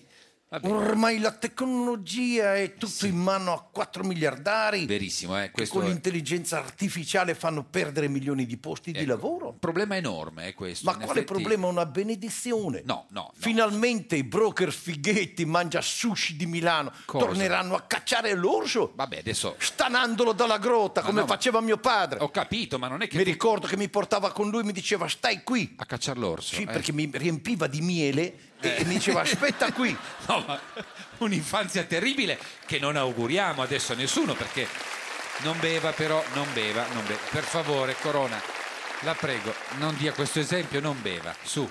va bene. Ormai la tecnologia è tutto in mano a 4 miliardari Verissimo, eh, che questo con è l'intelligenza artificiale fanno perdere milioni di posti di lavoro. un Ecco, problema enorme, è questo. Ma in quale effetti- problema? Una benedizione. No, no, Finalmente i broker fighetti mangia sushi di Milano Cosa? torneranno a cacciare l'orso. Vabbè, adesso Stanandolo dalla grotta Ma come no, ma- faceva mio padre. ho capito, ma non è che... Mi ricordo che mi portava con lui e mi diceva stai qui. A cacciare l'orso. Sì, eh. perché mi riempiva di miele e e mi diceva aspetta qui. No, ma un'infanzia terribile che non auguriamo adesso a nessuno perché non beva però, non beva, non beva. Per favore, Corona, la prego, non dia questo esempio, non beva. Su,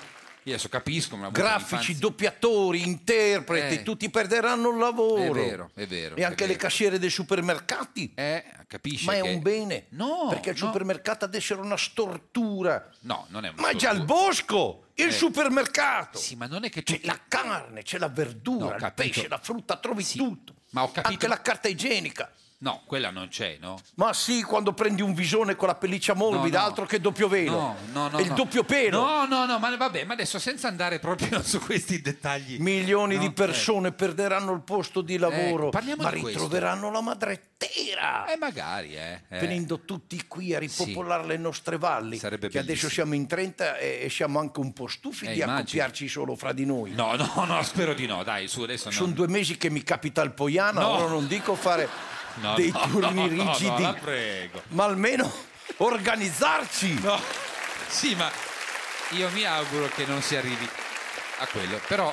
io adesso capisco, ma... Grafici, doppiatori, interpreti, Eh. tutti perderanno il lavoro. È vero, è vero. E anche le cassiere dei supermercati. capisci Ma è che- un bene. No, Perché il no. supermercato adesso era una stortura. No, non è un... Ma è già il bosco, il Eh. supermercato. Sì, ma non è che C'è la carne, c'è la No, ho verdura, il capito. pesce, la frutta, trovi tutto. Ma ho capito... Anche la carta igienica. No, quella non c'è, no? Ma sì, quando prendi un visone con la pelliccia morbida, no. altro che doppio velo. No, no, no. E il no. doppio pelo. No, no, no, ma vabbè, ma adesso senza andare proprio su questi dettagli. Milioni No, eh. di persone perderanno il posto di lavoro, Ecco, parliamo ma di questo. ritroveranno la madrettera. Eh, magari, eh. eh. Venendo tutti qui a ripopolare le nostre valli, Sarebbe che adesso bellissimo. siamo in 30 e e siamo anche un po' stufi Eh, di immagino. accoppiarci solo fra di noi. No, no, no, spero di no, dai, su adesso Sono no. due mesi che mi capita il Poiana, No. ora non dico fare No, dei no, turni no, no, rigidi, no, la prego. ma almeno organizzarci. No, sì, ma io mi auguro che non si arrivi a quello, però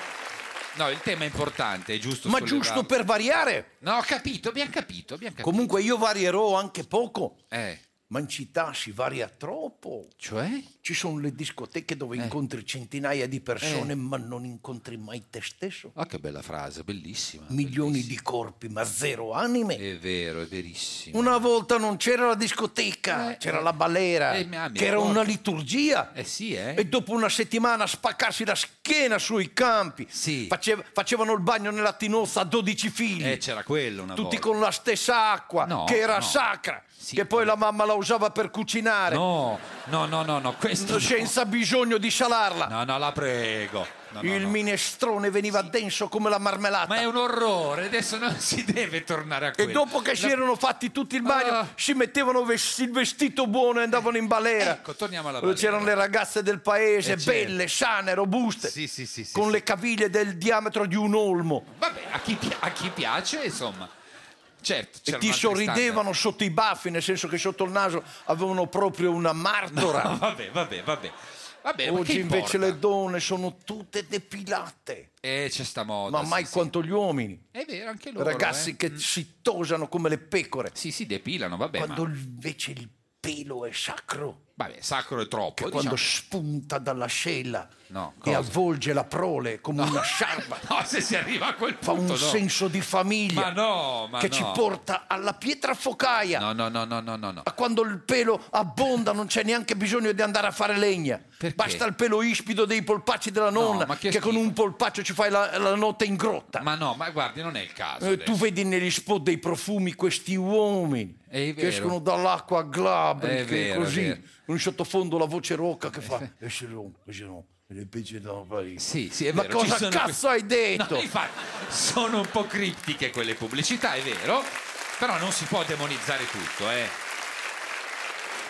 no, il tema è importante, è giusto ma sollevarlo. giusto per variare. No, ho capito, abbiamo capito, abbiamo capito. Comunque io varierò anche poco. Eh, ma in città si varia troppo. Cioè? Ci sono le discoteche dove incontri centinaia di persone, Eh. ma non incontri mai te stesso. Ah, che bella frase, bellissima. Milioni di corpi, ma zero anime. È vero, è verissimo. Una volta non c'era la discoteca, c'era la balera, Eh, ma mi che era ricordo. una liturgia. Eh sì, eh. E dopo una settimana spaccarsi la schiena sui campi. Faceva- facevano il bagno nella tinozza a 12 figli. Eh, c'era quello una tutti volta. con la stessa acqua, No, che era no. sacra, che poi la mamma la usava per cucinare. No, no, no, no, no, questo no. Senza bisogno di salarla. No, no, la prego. No, no, il no. minestrone veniva denso come la marmellata. Ma è un orrore, adesso non si deve tornare a E quello. dopo che si La- erano fatti tutti il bagno, Ah. si mettevano ves- il vestito buono e andavano in balera. Ecco, torniamo alla Dove balera. c'erano le ragazze del paese, Eh, certo. belle, sane, robuste, Sì, sì, sì, sì, con sì. le caviglie del diametro di un olmo. Vabbè, a chi, pi- a chi piace, insomma. Certo, E c'erano ti altri sorridevano sotto i baffi, nel senso che sotto il naso avevano proprio una standard. martora. No, vabbè, vabbè, vabbè. Vabbè, ma che Oggi invece importa? le donne sono tutte depilate, Eh, c'è sta moda. ma sì, mai sì. quanto gli uomini. È vero, anche loro. Ragazzi eh. che si tosano come le pecore. Sì, si depilano, vabbè. Quando ma... invece il pelo è sacro. Vabbè, sacro è troppo. Che diciamo. quando spunta dall'ascella No, e cosa? avvolge la prole come una sciarpa, No, se si arriva a quel fa punto, un no. senso di Ma famiglia no, ma che no. ci porta alla pietra focaia. No, no, no, no, no, no. no. A Quando il pelo abbonda non c'è neanche bisogno di andare a fare legna. Basta il pelo ispido dei polpacci della nonna, ma che, che con un polpaccio ci fai la, la notte in grotta. Ma no, ma guardi, non è il caso. Eh, tu Ah, adesso. vedi negli spot dei profumi questi uomini È che vero. escono dall'acqua a glabri, È che vero, così, è vero. Eh, in sottofondo la voce rocca che fa e se no, e se no, e le pece da Parigi. Sì, sì, è Ma vero, ci cosa sono cazzo questi- hai detto? No, infatti, sono un po' criptiche quelle pubblicità, è vero, però non si può demonizzare tutto, eh.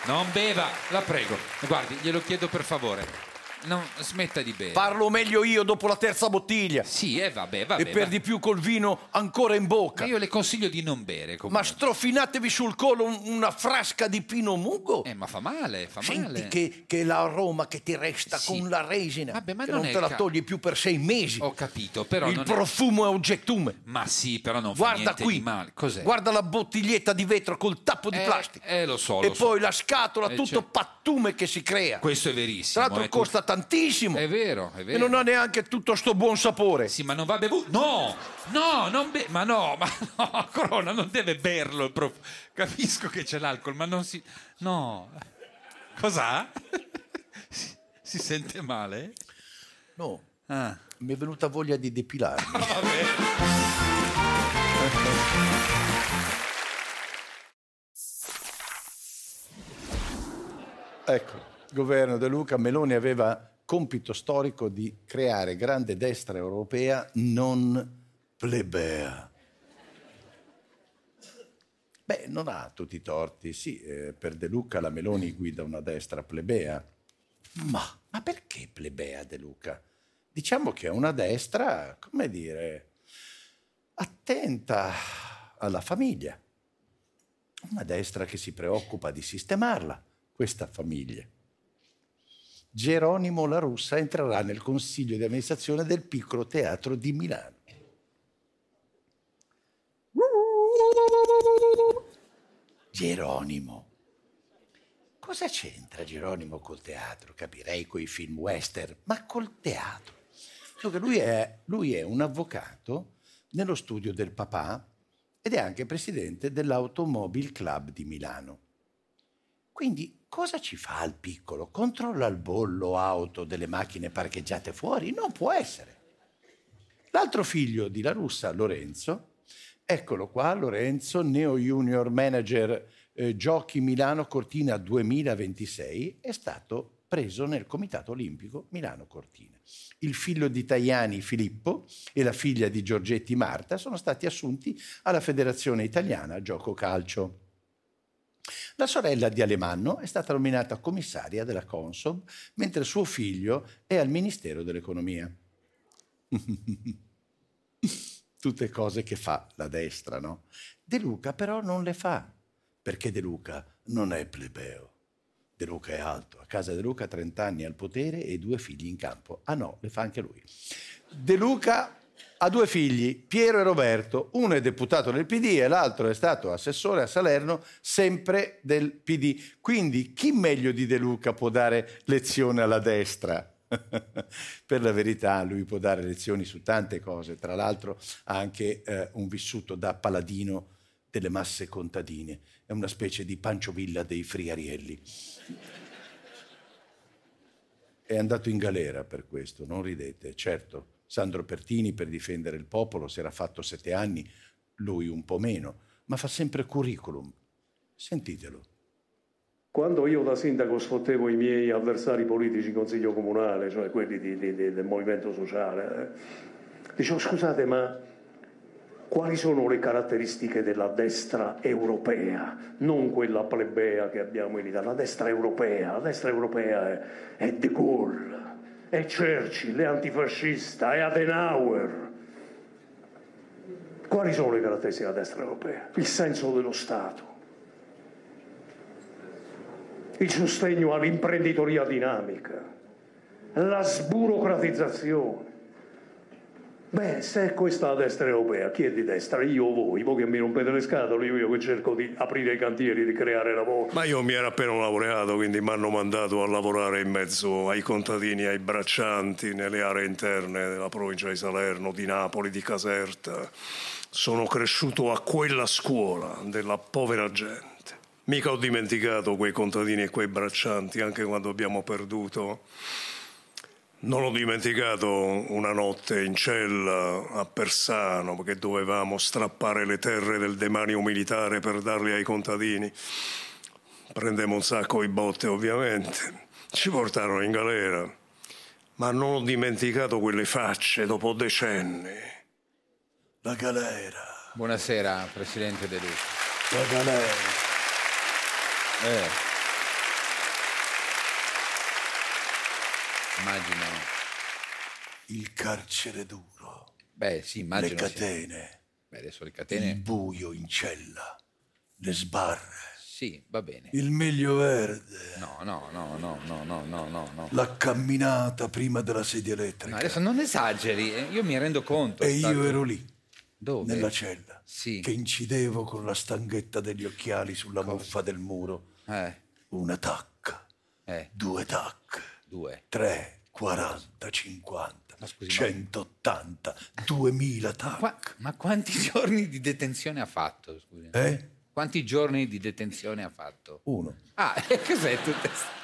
Non beva, la prego. Guardi, glielo chiedo per favore. Non smetta di bere. Parlo meglio io dopo la terza bottiglia. Sì, e vabbè, vabbè. e per va- di più col vino ancora in bocca. Io le consiglio di non bere Ma comunque. strofinatevi sul collo un- una frasca di pino mugo. Eh, ma fa male, fa Senti male. che, che l'aroma che ti resta con la resina, ma che non non è te la ca- togli più per sei mesi. Ho capito, però Il non è- profumo è oggettume. Ma sì, però non fa Guarda niente qui, di male. Cos'è? guarda la bottiglietta di vetro col tappo di Eh, plastica. eh, lo so, e lo so. poi la scatola, Eh, tutto certo. pattume che si crea. Questo è verissimo. Tra l'altro eh, tu- costa tantissimo. È vero, è vero. E non ha neanche tutto sto buon sapore. Sì, ma non va bevuto. No, no, non be- ma no, ma no, Corona non deve berlo. il prof- Capisco che c'è l'alcol, ma non si. No, cos'ha? Si, si sente male? No, Ah. mi è venuta voglia di depilarmi. Ecco, governo De Luca, Meloni aveva compito storico di creare grande destra europea non plebea. Beh, non ha tutti i torti, sì, eh, per De Luca la Meloni guida una destra plebea. Ma, ma perché plebea De Luca? Diciamo che è una destra, come dire, attenta alla famiglia. Una destra che si preoccupa di sistemarla, questa famiglia. Geronimo La Russa entrerà nel consiglio di amministrazione del piccolo teatro di Milano. Geronimo. Cosa c'entra Geronimo col teatro? Capirei coi film western, ma col teatro. Solo che lui è, lui è un avvocato nello studio del papà ed è anche presidente dell'Automobile Club di Milano. Quindi cosa ci fa il piccolo? Controlla il bollo auto delle macchine parcheggiate fuori? Non può essere. L'altro figlio di La Russa, Lorenzo, eccolo qua, Lorenzo, neo junior manager eh, Giochi Milano Cortina 2026, è stato preso nel Comitato Olimpico Milano Cortina. Il figlio di Tajani Filippo e la figlia di Giorgetti Marta sono stati assunti alla Federazione Italiana Gioco Calcio. La sorella di Alemanno è stata nominata commissaria della Consob, mentre suo figlio è al Ministero dell'Economia. Tutte cose che fa la destra, no? De Luca però non le fa, perché De Luca non è plebeo. De Luca è alto, a casa De Luca ha 30 anni al potere e due figli in campo. Ah no, le fa anche lui. De Luca ha due figli, Piero e Roberto, uno è deputato nel PD e l'altro è stato assessore a Salerno, sempre del PD. Quindi chi meglio di De Luca può dare lezione alla destra? per la verità lui può dare lezioni su tante cose, tra l'altro ha anche eh, un vissuto da paladino delle masse contadine, è una specie di panciovilla dei friarielli. È andato in galera per questo, non ridete, certo. Sandro Pertini per difendere il popolo si era fatto sette anni, lui un po' meno, ma fa sempre curriculum. Sentitelo. Quando io da sindaco sfottevo i miei avversari politici in consiglio comunale, cioè quelli di- di- di- del movimento sociale, eh, dicevo scusate ma quali sono le caratteristiche della destra europea, non quella plebea che abbiamo in Italia, la destra europea, la destra europea è, è De Gaulle, è Churchill, è antifascista, è Adenauer. Quali sono le caratteristiche della destra europea? Il senso dello Stato, il sostegno all'imprenditoria dinamica, la sburocratizzazione. Beh, se è questa la destra europea, chi è di destra? Io o voi? Voi che mi rompete le scatole, io, io che cerco di aprire i cantieri, di creare lavoro. Ma io mi ero appena laureato, quindi mi hanno mandato a lavorare in mezzo ai contadini, ai braccianti, nelle aree interne della provincia di Salerno, di Napoli, di Caserta. Sono cresciuto a quella scuola della povera gente. Mica ho dimenticato quei contadini e quei braccianti, anche quando abbiamo perduto. Non ho dimenticato una notte in cella a Persano perché dovevamo strappare le terre del demanio militare per darle ai contadini. Prendemmo un sacco di botte ovviamente, ci portarono in galera, ma non ho dimenticato quelle facce dopo decenni. La galera. Buonasera, Ah, Presidente De Luca. La galera. Eh. Immagino. Il carcere duro. Beh, sì, immagino. Le sia- catene. Beh, adesso le catene. Il buio in cella. Le sbarre. Sì, va bene. Il meglio verde. No, no, no, no, no, no, no, no. no. La camminata prima della sedia elettrica. No, adesso non esageri, eh, io mi rendo conto. E Tanto- io ero lì, Dove? nella cella, Sì. che incidevo con la stanghetta degli occhiali sulla muffa del muro. Eh. Una tacca, due tacche, due. tre, 40, 50, 180, 2000 tacche. Ma quanti giorni di detenzione ha fatto? scusi? Eh? Quanti giorni di detenzione ha fatto? Uno. Ah, e cos'è tutte ste-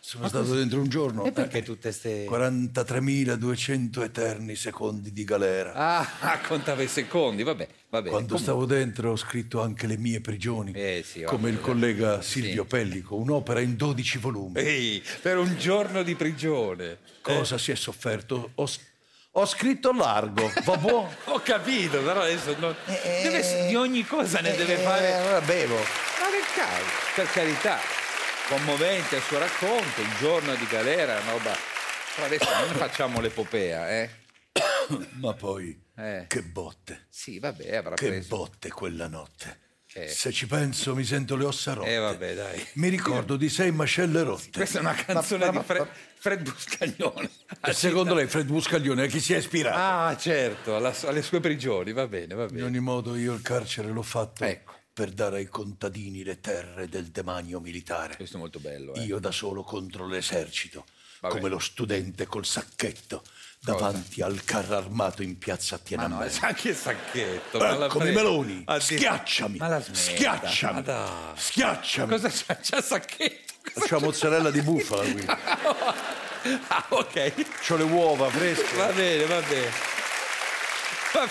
Sono Ma stato cos'è? dentro un giorno. E perché tutte ste... 43.200 eterni secondi di galera. Ah, contava i secondi, vabbè, vabbè. Eh, Quando stavo dentro ho scritto anche le mie prigioni, come vabbè, il vabbè. collega Silvio Pellico, un'opera in 12 volumi. Ehi, per un giorno di prigione. Cosa si è sofferto? Ho, s- ho scritto largo, va buono. Ho capito, però adesso non- deve- di ogni cosa ne deve eh, fare. allora bevo. Ma che cavolo, per carità, commovente il suo racconto, il giorno di galera, una roba. Però adesso non facciamo l'epopea, eh? Ma poi, che botte. Sì, vabbè, avrà che preso. botte quella notte. Eh. Se ci penso mi sento le ossa rotte. Eh, vabbè, dai. Mi ricordo di sei mascelle rotte. Questa è una canzone Ma- di ma- Fred, Fred Buscaglione. E secondo lei Fred Buscaglione a chi si è ispirato? Ah, certo, alla- alle sue prigioni, va bene, va bene. Ecco. In ogni modo io il carcere l'ho fatto per dare ai contadini le terre del demanio militare. Questo è molto bello. eh. Io da solo contro l'esercito, Vabbè. come lo studente col sacchetto davanti al carro armato in piazza Ma Tiananmen. Ah, no, sa che sacchetto. ma la Ecco, come prego. Meloni, Ah, sì. schiacciami, Ma la smetta, ma schiacciami, dai. schiacciami. Cosa c'ha, c'ha sacchetto? Facciamo mozzarella di bufala qui. Ah, ok. C'ho le uova fresche. Va bene, va bene. Va,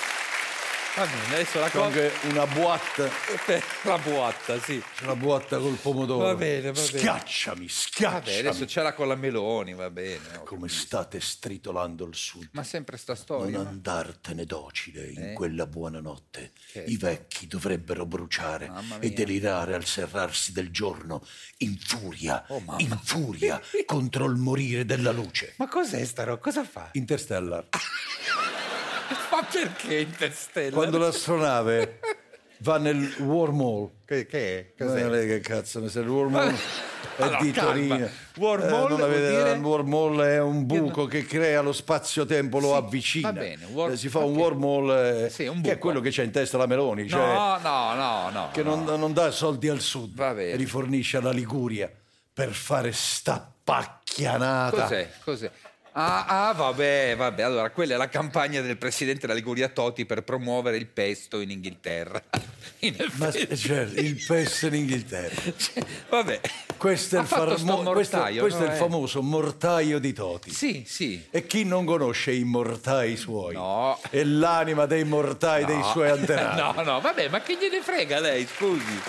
va bene, adesso la C'ho cosa... anche una boatta. La boatta, sì. C'è una boatta col pomodoro. Va bene, va bene. Schiacciami, schiacciami. Vabbè, adesso c'è la con la Meloni, va bene. Come state stritolando il sud. Ma sempre sta Non storia. andartene docile in Eh? quella buonanotte. Che- I vecchi dovrebbero bruciare Mamma e mia. delirare al serrarsi del giorno, in furia, Oh, mamma. in furia contro il morire della luce. Ma cos'è sta roba? Cosa fa? Interstellar. Ma perché Interstellar? Quando l'astronave va nel wormhole. Che, che è? Non è che cazzo, mi serve il wormhole. È Allora, di calma. Torino. Eh, Wormhole non vuol avete- dire- Il wormhole è un buco che crea lo spazio-tempo, lo avvicina. va bene, wor- Eh, si fa un wormhole eh, che è quello che c'è in testa la Meloni, cioè, No, no, no, no. che non, non dà soldi al sud e li fornisce alla Liguria per fare sta pacchianata. Cos'è? Cos'è? Ah, ah, vabbè, vabbè. Allora, quella è la campagna del presidente della Liguria Totti per promuovere il pesto in Inghilterra. In Ma effetti. cioè, il PES in Inghilterra. Cioè, Vabbè. Questo è, Ha il, fatto sto mortaio, questo, questo no, è il eh? famoso mortaio di Toti. Sì, sì. E chi non conosce i mortai suoi? E l'anima dei mortai dei No. suoi antenati. No, no, vabbè, ma che gliene frega lei, scusi.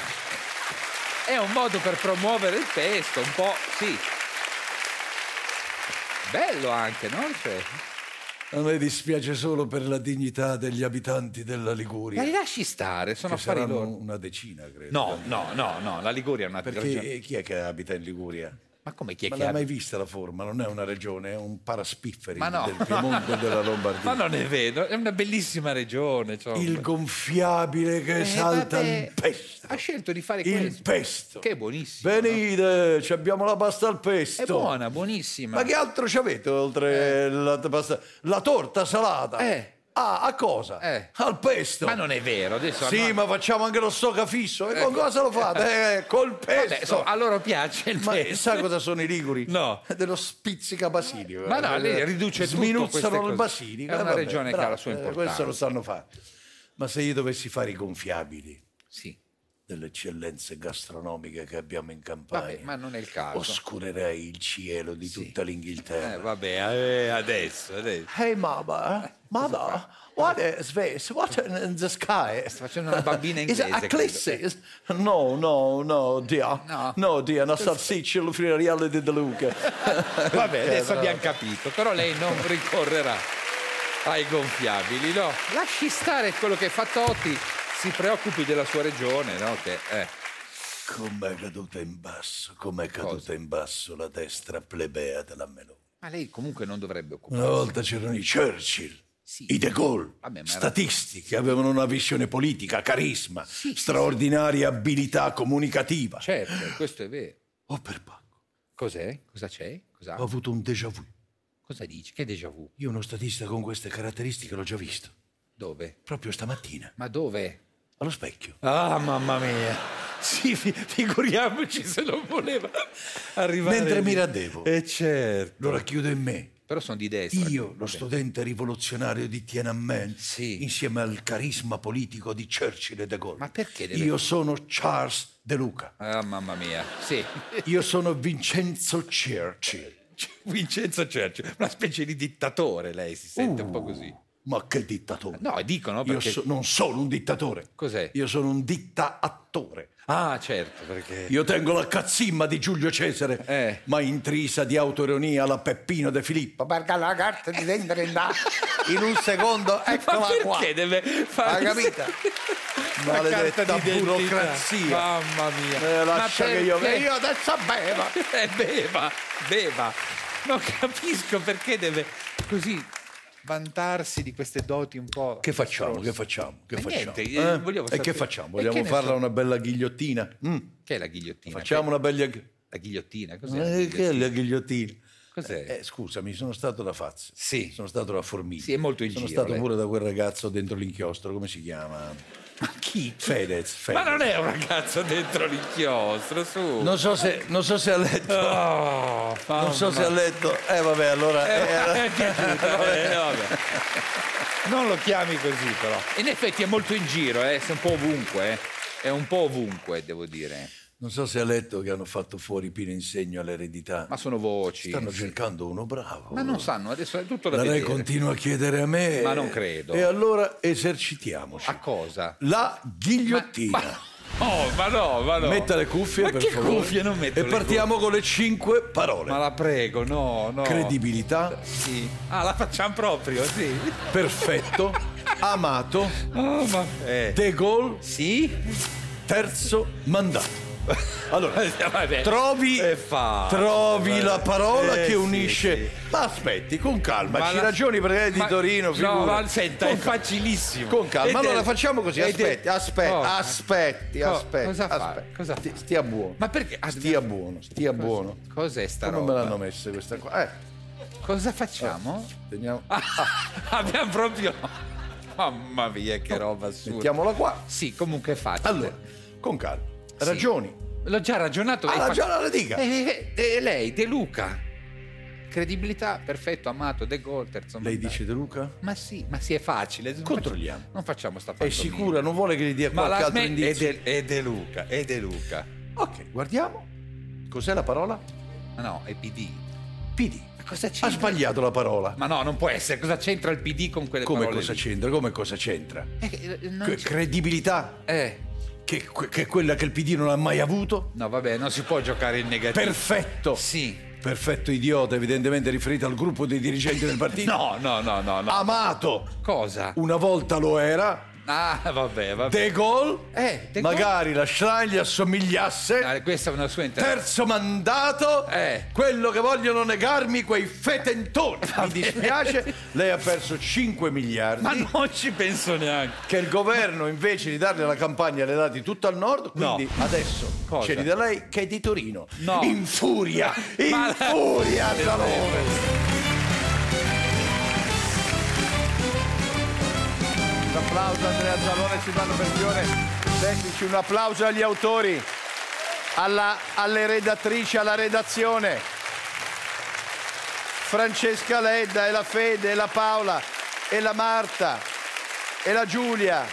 È un modo per promuovere il testo, un po', sì. Bello anche, no? Cioè, A me dispiace solo per la dignità degli abitanti della Liguria. Ma li lasci stare, sono che affari saranno loro. una decina, credo. No, no, no, no, la Liguria è una Perché regione- chi è che abita in Liguria? Ma come chi è Ma che l'hai mai abita? vista la forma? Non è una regione, è un paraspifferi Ma no. del Piemonte e della Lombardia. Ma non è vero, è una bellissima regione. insomma. Il gonfiabile che Eh, salta vabbè, il pesto. Ha scelto di fare Il questo. pesto. Che è buonissimo. Venite, ci abbiamo la pasta al pesto. È buona, buonissima. Ma che altro ci avete oltre la pasta? La torta salata. Eh. Ah, a cosa? Al pesto. Ma non è vero, adesso Sì, no. ma facciamo anche lo stoca fisso. E con Ecco. cosa lo fate? Eh, col pesto. Vabbè, insomma, a loro piace il ma pesto. sai cosa sono i liguri? No. Dello spizzica basilico. Ma no, lei riduce tutto queste Sminuzzano cose. il basilico. È eh, una vabbè, regione che bravo, ha la sua eh, importanza. Questo lo sanno fare. Ma se io dovessi fare i gonfiabili Sì. delle eccellenze gastronomiche che abbiamo in Campania, Vabbè, ma non è il caso. oscurerei il cielo di tutta l'Inghilterra. Eh, vabbè, eh, adesso, adesso. Hey Eh, mama, mother, what is this? What in, in the sky? Sta facendo Eh, una bambina inglese, Is it credo. eclissi? Is- No, no, no, dear. No, dear, una salsiccia al friariale di De Luca. Vabbè, adesso abbiamo capito, però lei non ricorrerà ai gonfiabili, no? Lasci stare quello che fa Totti, si preoccupi della sua regione, no? Che, eh. Com'è caduta in basso, com'è caduta in basso la destra plebea della Meloni. Ma lei comunque non dovrebbe occuparsi. Una volta c'erano i Churchill, i De Gaulle, Vabbè, ma era- statisti che avevano una visione politica, carisma, straordinaria abilità comunicativa. Certo, questo è vero. Oh, per pacco. Cos'è? Cosa c'è? Cosa? Ho avuto un déjà vu. Cosa dici? Che déjà vu? Io uno statista con queste caratteristiche l'ho già visto. Dove? Proprio stamattina. Ma dove? Allo specchio. Ah, mamma mia. Sì, fi- figuriamoci se non voleva arrivare. Mentre mi lì. radevo. Eh, certo. Lo racchiudo in me. Però sono di destra. Io, lo studente rivoluzionario di Tiananmen, insieme al carisma politico di Churchill e De Gaulle. Ma perché deve- Io sono Charles De Luca. Ah, mamma mia. Sì. Io sono Vincenzo Churchill. Vincenzo Churchill, una specie di dittatore lei si sente un po' così. Uh, Ma che dittatore? No, dicono Io perché... so- non sono un dittatore. Cos'è? Io sono un ditta-attore. Ah, certo, perché... Io tengo la cazzimma di Giulio Cesare, ma intrisa di autoironia la Peppino De Filippo. Perché la carta di vendere in là, in un secondo, eccola Eh, Ma qua. perché deve fare... Hai capito? La Maledetta carta d'identità. burocrazia. Mamma mia. Eh, lascia Ma che io- perché? e io adesso beva. Eh, beva, beva. Non capisco perché deve così vantarsi di queste doti un po'... Che facciamo? Che facciamo? Che Eh, facciamo? niente, eh, Eh? vogliamo e che sapere- facciamo? E Vogliamo che ne farla so? una bella ghigliottina? Mm. Che è la ghigliottina? Facciamo una bella ghi- La ghigliottina, cos'è? la Eh, che è la ghigliottina? Cos'è? Eh, scusami, sono stato da Fazio. Sì. Sono stato da Formiglia. Sì, è molto in Sono giro, eh. stato lei. pure da quel ragazzo dentro l'inchiostro, come si chiama? chi? Fedez. Ma Fedez. non è un ragazzo dentro l'inchiostro, su. Non so se, non so se ha letto. Oh, non so se ha letto. Eh vabbè, allora. eh, Eh, vabbè, vabbè. Non lo chiami così, però. In effetti è molto in giro, eh, è un po' ovunque. eh. È un po' ovunque, devo dire. Non so se ha letto che hanno fatto fuori Pino Insegno all'eredità. Ma sono voci. Stanno cercando uno bravo. Ma non sanno, adesso è tutto da La lei vedere. continua a chiedere a me. Ma non credo. E allora esercitiamoci. A cosa? La ghigliottina. Oh, ma no, ma no. Metta le cuffie, ma per che favore. cuffie non metto E le partiamo con le cinque parole. Ma la prego, no, no. Credibilità, Sì. Ah, la facciamo proprio, sì. perfetto, amato, Eh. Oh, ma... De Gaulle, sì. terzo mandato. Allora, Eh, trovi, Eh, trovi la parola che unisce. Ma aspetti, con calma, Ma ci la- ragioni perché è di ma- Torino. no, figurati. ma senta, Con è calma. facilissimo. Con calma, Ed è- allora facciamo così, ed è- aspetti, aspetti, Cosa? aspetti, Co- aspetti. cosa fare? aspetti. Sti- Stia buono. Ma perché? Stia buono, stia buono. Cos'è sta Come roba? me l'hanno messa questa qua? Eh. Ah, Cosa facciamo? Ah, Teniamo... Ah. Abbiamo proprio. Mamma mia, che roba assurda. Mettiamola qua. Sì, comunque è facile. Allora, con calma. Ragioni. L'ho già ragionato. Ah, e ragiona, la dica. Eh, eh, eh, lei, De Luca. Credibilità, perfetto, amato, De Gaulle, terzo Lei mondiale. dice De Luca? Ma sì, ma sì, è facile. Controlliamo. Non facciamo sta È pantomima. sicura, non vuole che gli dia Ma qualche la altro smetti- indizio. È De, è De Luca, è De Luca. Ok, guardiamo. Cos'è la parola? Ma no, è PD. PD. Ma cosa c'entra? Ha sbagliato la parola. Ma no, non può essere. Cosa c'entra il PD con quelle Come parole cosa lì? c'entra? Come cosa c'entra? Eh, eh, non Que- c'è- credibilità? Che, que- che è quella che il PD non ha mai avuto? Eh. No, vabbè, non si può giocare in negativo. Perfetto. Sì. Perfetto idiota, evidentemente riferito al gruppo dei dirigenti del partito. No, no, no, no, no. Amato. Cosa? Una volta lo era. Ah, vabbè, vabbè. De Gaulle. Eh, De Gaulle. Magari la Schlein gli assomigliasse. Ah, questa è una sua interpretazione. Terzo mandato, Eh. quello che vogliono negarmi quei fetentoni. Mi dispiace, lei ha perso 5 miliardi. Ma non ci penso neanche. Che il governo invece di darle la campagna le ha dati tutto al nord, quindi adesso Cosa? ce li dà lei che è di Torino. No. In furia, in Ma- furia di lavoro. Un applauso a Andrea Zalone, Silvano Bergione, tecnici, un applauso agli autori, alla- alle redattrici, alla redazione. Francesca Ledda e la Fede e la Paola e la Marta e la Giulia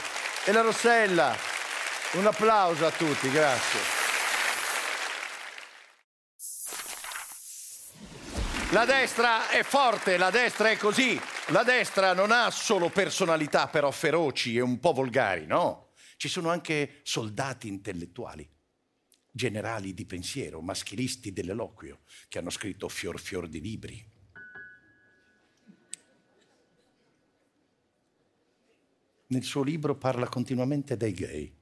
e la Rossella. Un applauso a tutti, grazie. La destra è forte, la destra è così. La destra non ha solo personalità però feroci e un po' volgari, no? Ci sono anche soldati intellettuali, generali di pensiero, maschilisti dell'eloquio, che hanno scritto fior fior di libri. Nel suo libro parla continuamente dei gay.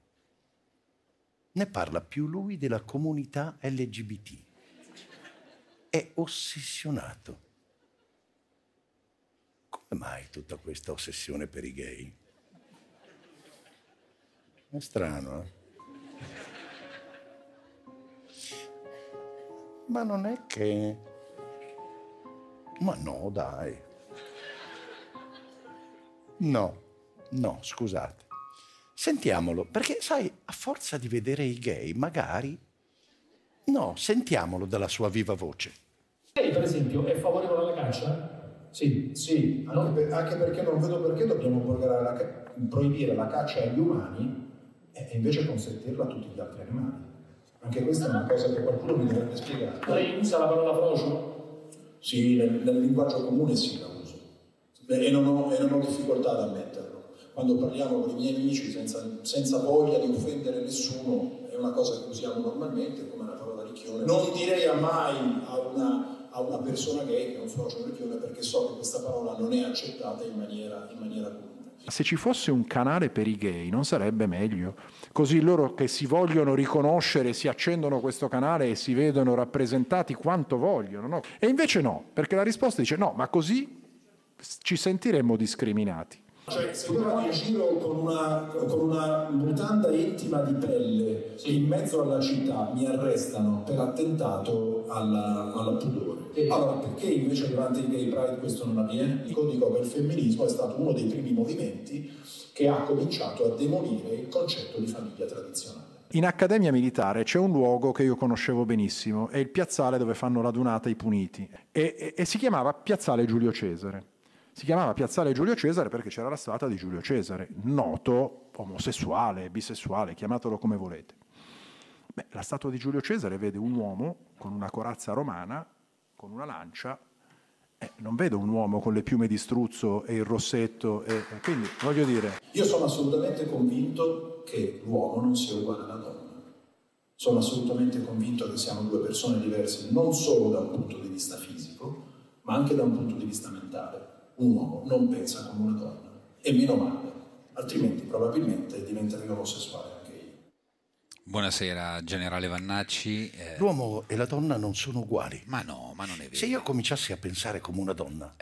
Ne parla più lui della comunità LGBT. È ossessionato. Come mai tutta questa ossessione per i gay? È strano, eh? Ma non è che... Ma no, dai. No, no, scusate. Sentiamolo, perché sai, a forza di vedere i gay, magari... No, sentiamolo dalla sua viva voce. Lei, per esempio, è favorevole alla caccia? Sì, sì, anche, per- anche perché non vedo perché dobbiamo proibire la, ca- proibire la caccia agli umani e e invece consentirla a tutti gli altri animali. Anche questa è una cosa che qualcuno mi dovrebbe spiegare. Lei usa la parola frocio? Sì, nel, nel linguaggio comune sì la uso e non, ho, e non ho difficoltà ad ammetterlo. Quando parliamo con i miei amici senza, senza voglia di offendere nessuno, è una cosa che usiamo normalmente come la parola ricchione. Non direi mai a una, a una persona gay che è un socio ricchione perché so che questa parola non è accettata in maniera, in maniera comune. Se ci fosse un canale per i gay non sarebbe meglio? Così loro che si vogliono riconoscere si accendono questo canale e si vedono rappresentati quanto vogliono. no? E invece no, perché la risposta dice no, ma così ci sentiremmo discriminati. Cioè, se io vado in giro con una, con una mutanda intima di pelle in mezzo alla città mi arrestano per attentato alla, alla pudore. Allora, perché invece durante il Gay Pride questo non avviene? Dico, dico che il femminismo è stato uno dei primi movimenti che ha cominciato a demolire il concetto di famiglia tradizionale. In Accademia Militare c'è un luogo che io conoscevo benissimo, è il piazzale dove fanno la dunata i puniti e, e- e si chiamava Piazzale Giulio Cesare. Si chiamava Piazzale Giulio Cesare perché c'era la statua di Giulio Cesare, noto omosessuale, bisessuale, chiamatelo come volete. Beh, la statua di Giulio Cesare vede un uomo con una corazza romana, con una lancia, eh, non vedo un uomo con le piume di struzzo e il rossetto, e- e quindi voglio dire... Io sono assolutamente convinto che l'uomo non sia uguale alla donna. Sono assolutamente convinto che siamo due persone diverse, non solo da un punto di vista fisico, ma anche da un punto di vista mentale. Un uomo non pensa come una donna, e meno male, altrimenti probabilmente diventerei omosessuale anche io. Buonasera, generale Vannacci. Eh, L'uomo e la donna non sono uguali. Ma no, ma non è vero. Eh. Se io cominciassi a pensare come una donna,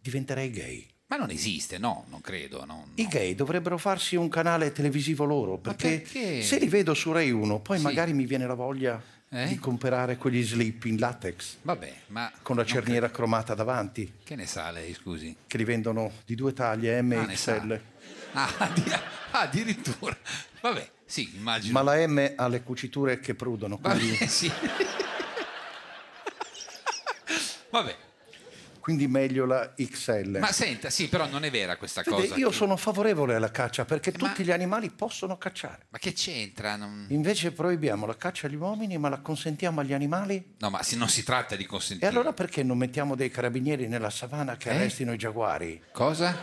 diventerei gay. Ma non esiste, no, non credo. no. I gay dovrebbero farsi un canale televisivo loro, perché, perché? se li vedo su Rai 1, poi magari mi viene la voglia di comprare quegli slip in latex. Eh? Vabbè, ma Con la cerniera cromata davanti, che ne sa lei, scusi? che li vendono di due taglie M Ah, e ne sa. XL. Ah, addi- ah, addirittura. Vabbè, sì, immagino. Ma la M ha le cuciture che prudono, quindi, sì. Vabbè, quindi meglio la XL. ma senta, sì, però non è vera questa Vede, cosa. io che- sono favorevole alla caccia perché tutti gli animali possono cacciare. Ma che c'entra? Mm. Non- Invece proibiamo la caccia agli uomini ma la consentiamo agli animali? No, ma si- non si tratta di E consentire. allora perché non mettiamo dei carabinieri nella savana che Eh? arrestino i giaguari? Cosa?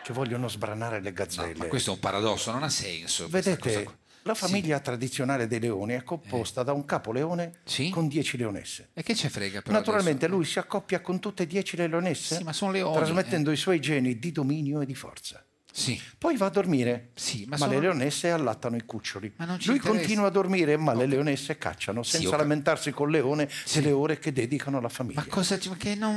Che vogliono sbranare le gazzelle. Ma questo è un paradosso, non ha senso. questa cosa Vedete, qua. Eh. la famiglia tradizionale dei leoni è composta da un capoleone con dieci leonesse. E che ce frega però Naturalmente lui si accoppia con tutte e dieci le leonesse, Sì, ma sono leoni, trasmettendo i suoi geni di dominio e di forza. Sì. Poi va a dormire, ma ma, sono- le leonesse allattano i cuccioli. non ci Lui interessa. continua a dormire, ma le leonesse cacciano Sì, senza ho cap- lamentarsi col leone delle ore che dedicano alla famiglia.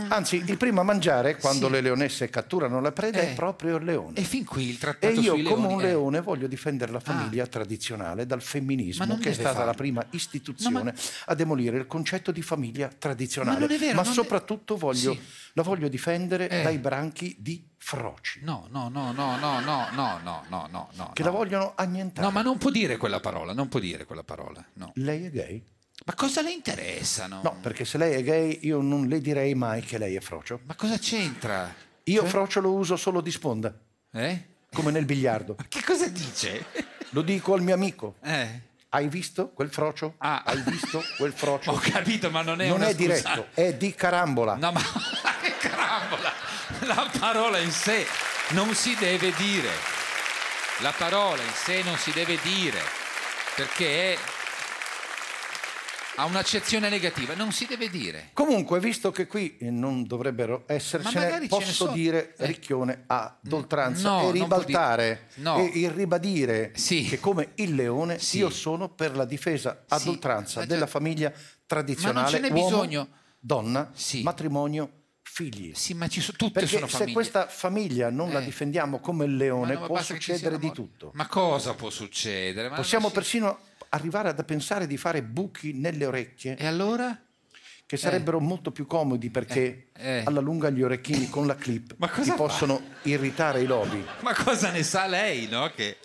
Anzi, il primo a mangiare quando Sì. le leonesse catturano la preda Eh. è proprio il leone. E fin qui il E trattato io sui leoni come eh. un è- leone voglio difendere la famiglia tradizionale dal Ma non femminismo che è deve stata farlo. la prima istituzione a demolire il concetto di famiglia tradizionale. Ma non è vero, non de- soprattutto voglio- Sì. la voglio difendere Eh. dai branchi di froci No, no, no, no, no, no, no, no, no, no, no. che la vogliono annientare. No, ma non può dire quella parola, non può dire quella parola. No. Lei è gay? Ma cosa le interessano? No, perché se lei è gay io non le direi mai che lei è frocio. Ma cosa c'entra? Cioè? Io frocio lo uso solo di sponda. Eh? Come nel biliardo. ma che cosa dice? Lo dico al mio amico. Eh? Hai visto quel frocio? Ah. Hai visto quel frocio? Ho capito, ma non è non una è scusa. diretto, è di carambola. No, ma che carambola! La parola in sé non si deve dire. La parola in sé non si deve dire perché è- ha un'accezione negativa, non si deve dire. Comunque, visto che qui eh, non dovrebbero Ma essercene, magari ce ne posso sono. Eh. dire Ricchione ad oltranza no, non e può ribaltare dire- no. e il ribadire che come il leone io sono per la difesa ad Sì, oltranza ma- della famiglia ma non ce tradizionale n'è uomo, bisogno. donna, matrimonio, figli. Sì, ma ci sono tutte Perché sono se famiglie. questa famiglia non la difendiamo come il Ma leone no, ma può basta che ci succedere siano di morti. tutto. Ma cosa può succedere? Ma Possiamo persino arrivare ad pensare di fare buchi nelle orecchie. E allora? Eh. Che sarebbero molto più comodi perché alla lunga gli orecchini con la clip ti cosa fa? possono irritare i lobi. Ma cosa ne sa lei, no? Che...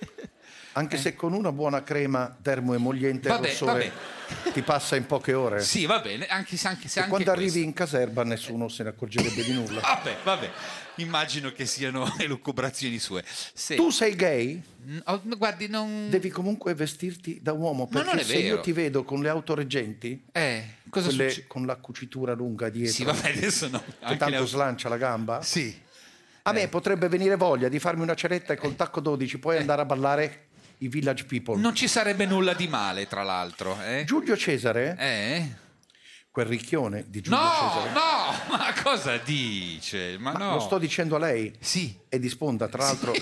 Anche se con una buona crema termoemoliente il Eh. Vabbè, rossore ti passa in poche ore. Sì, va bene, anche se anche se Eh. E anche quando arrivi questo- Ah, in caserba nessuno se ne accorgerebbe di nulla. Vabbè, vabbè. Immagino che siano elucubrazioni sue. Se- Tu sei gay? Mm, oh, guardi, non... Devi comunque vestirti da uomo Ma perché non è se io vero. ti vedo con le autoreggenti, eh, cosa quelle succe- con la cucitura lunga dietro, Sì, vabbè, adesso no. che Anche tanto le auto- slancia la gamba, sì. Eh. a me potrebbe venire voglia di farmi una ceretta e col tacco 12 poi andare a ballare i village people. Non ci sarebbe nulla di male, tra l'altro. Eh? Giulio Cesare, Eh? quel ricchione di Giulio No, Cesare, no, ma cosa dice? Ma, ma no. lo sto dicendo a lei, sì. e di sponda, tra l'altro...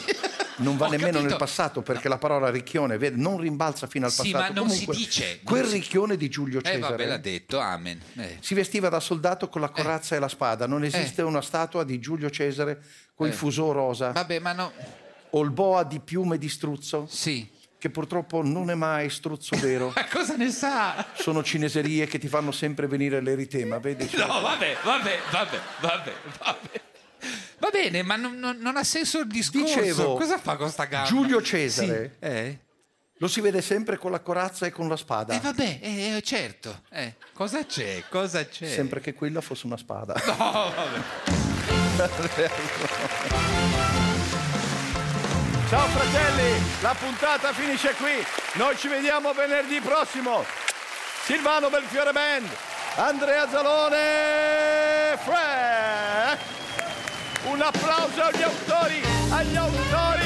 Non va Ho nemmeno capito. nel passato perché la parola ricchione vede, non rimbalza fino al Sì, passato. ma non si Comunque, dice, non Quel si- ricchione di Giulio Cesare. Eh, vabbè, l'ha detto, amen. Eh. Si vestiva da soldato con la corazza e la spada. Non esiste una statua di Giulio Cesare con Eh. il fuso rosa. Vabbè, ma no. O il boa di piume di struzzo. Sì. Che purtroppo non è mai struzzo vero. Ma cosa ne sa? Sono cineserie che ti fanno sempre venire l'eritema, vedi? No, vabbè, vabbè, vabbè, vabbè, vabbè. Va bene, ma non, non- non ha senso il discorso. Dicevo, cosa fa con sta gamba? Giulio Cesare. Sì, eh? Lo si vede sempre con la corazza e con la spada. Eh, vabbè, eh, eh, certo. Eh, cosa c'è? Cosa c'è? Sempre che quella fosse una spada. No, vabbè. Ciao fratelli, la puntata finisce qui. Noi ci vediamo venerdì prossimo. Silvano Belfiore Band, Andrea Zalone, Frank. Un applauso agli autori, agli autori.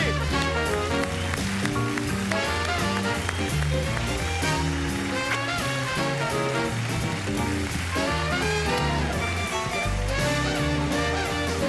Thank you.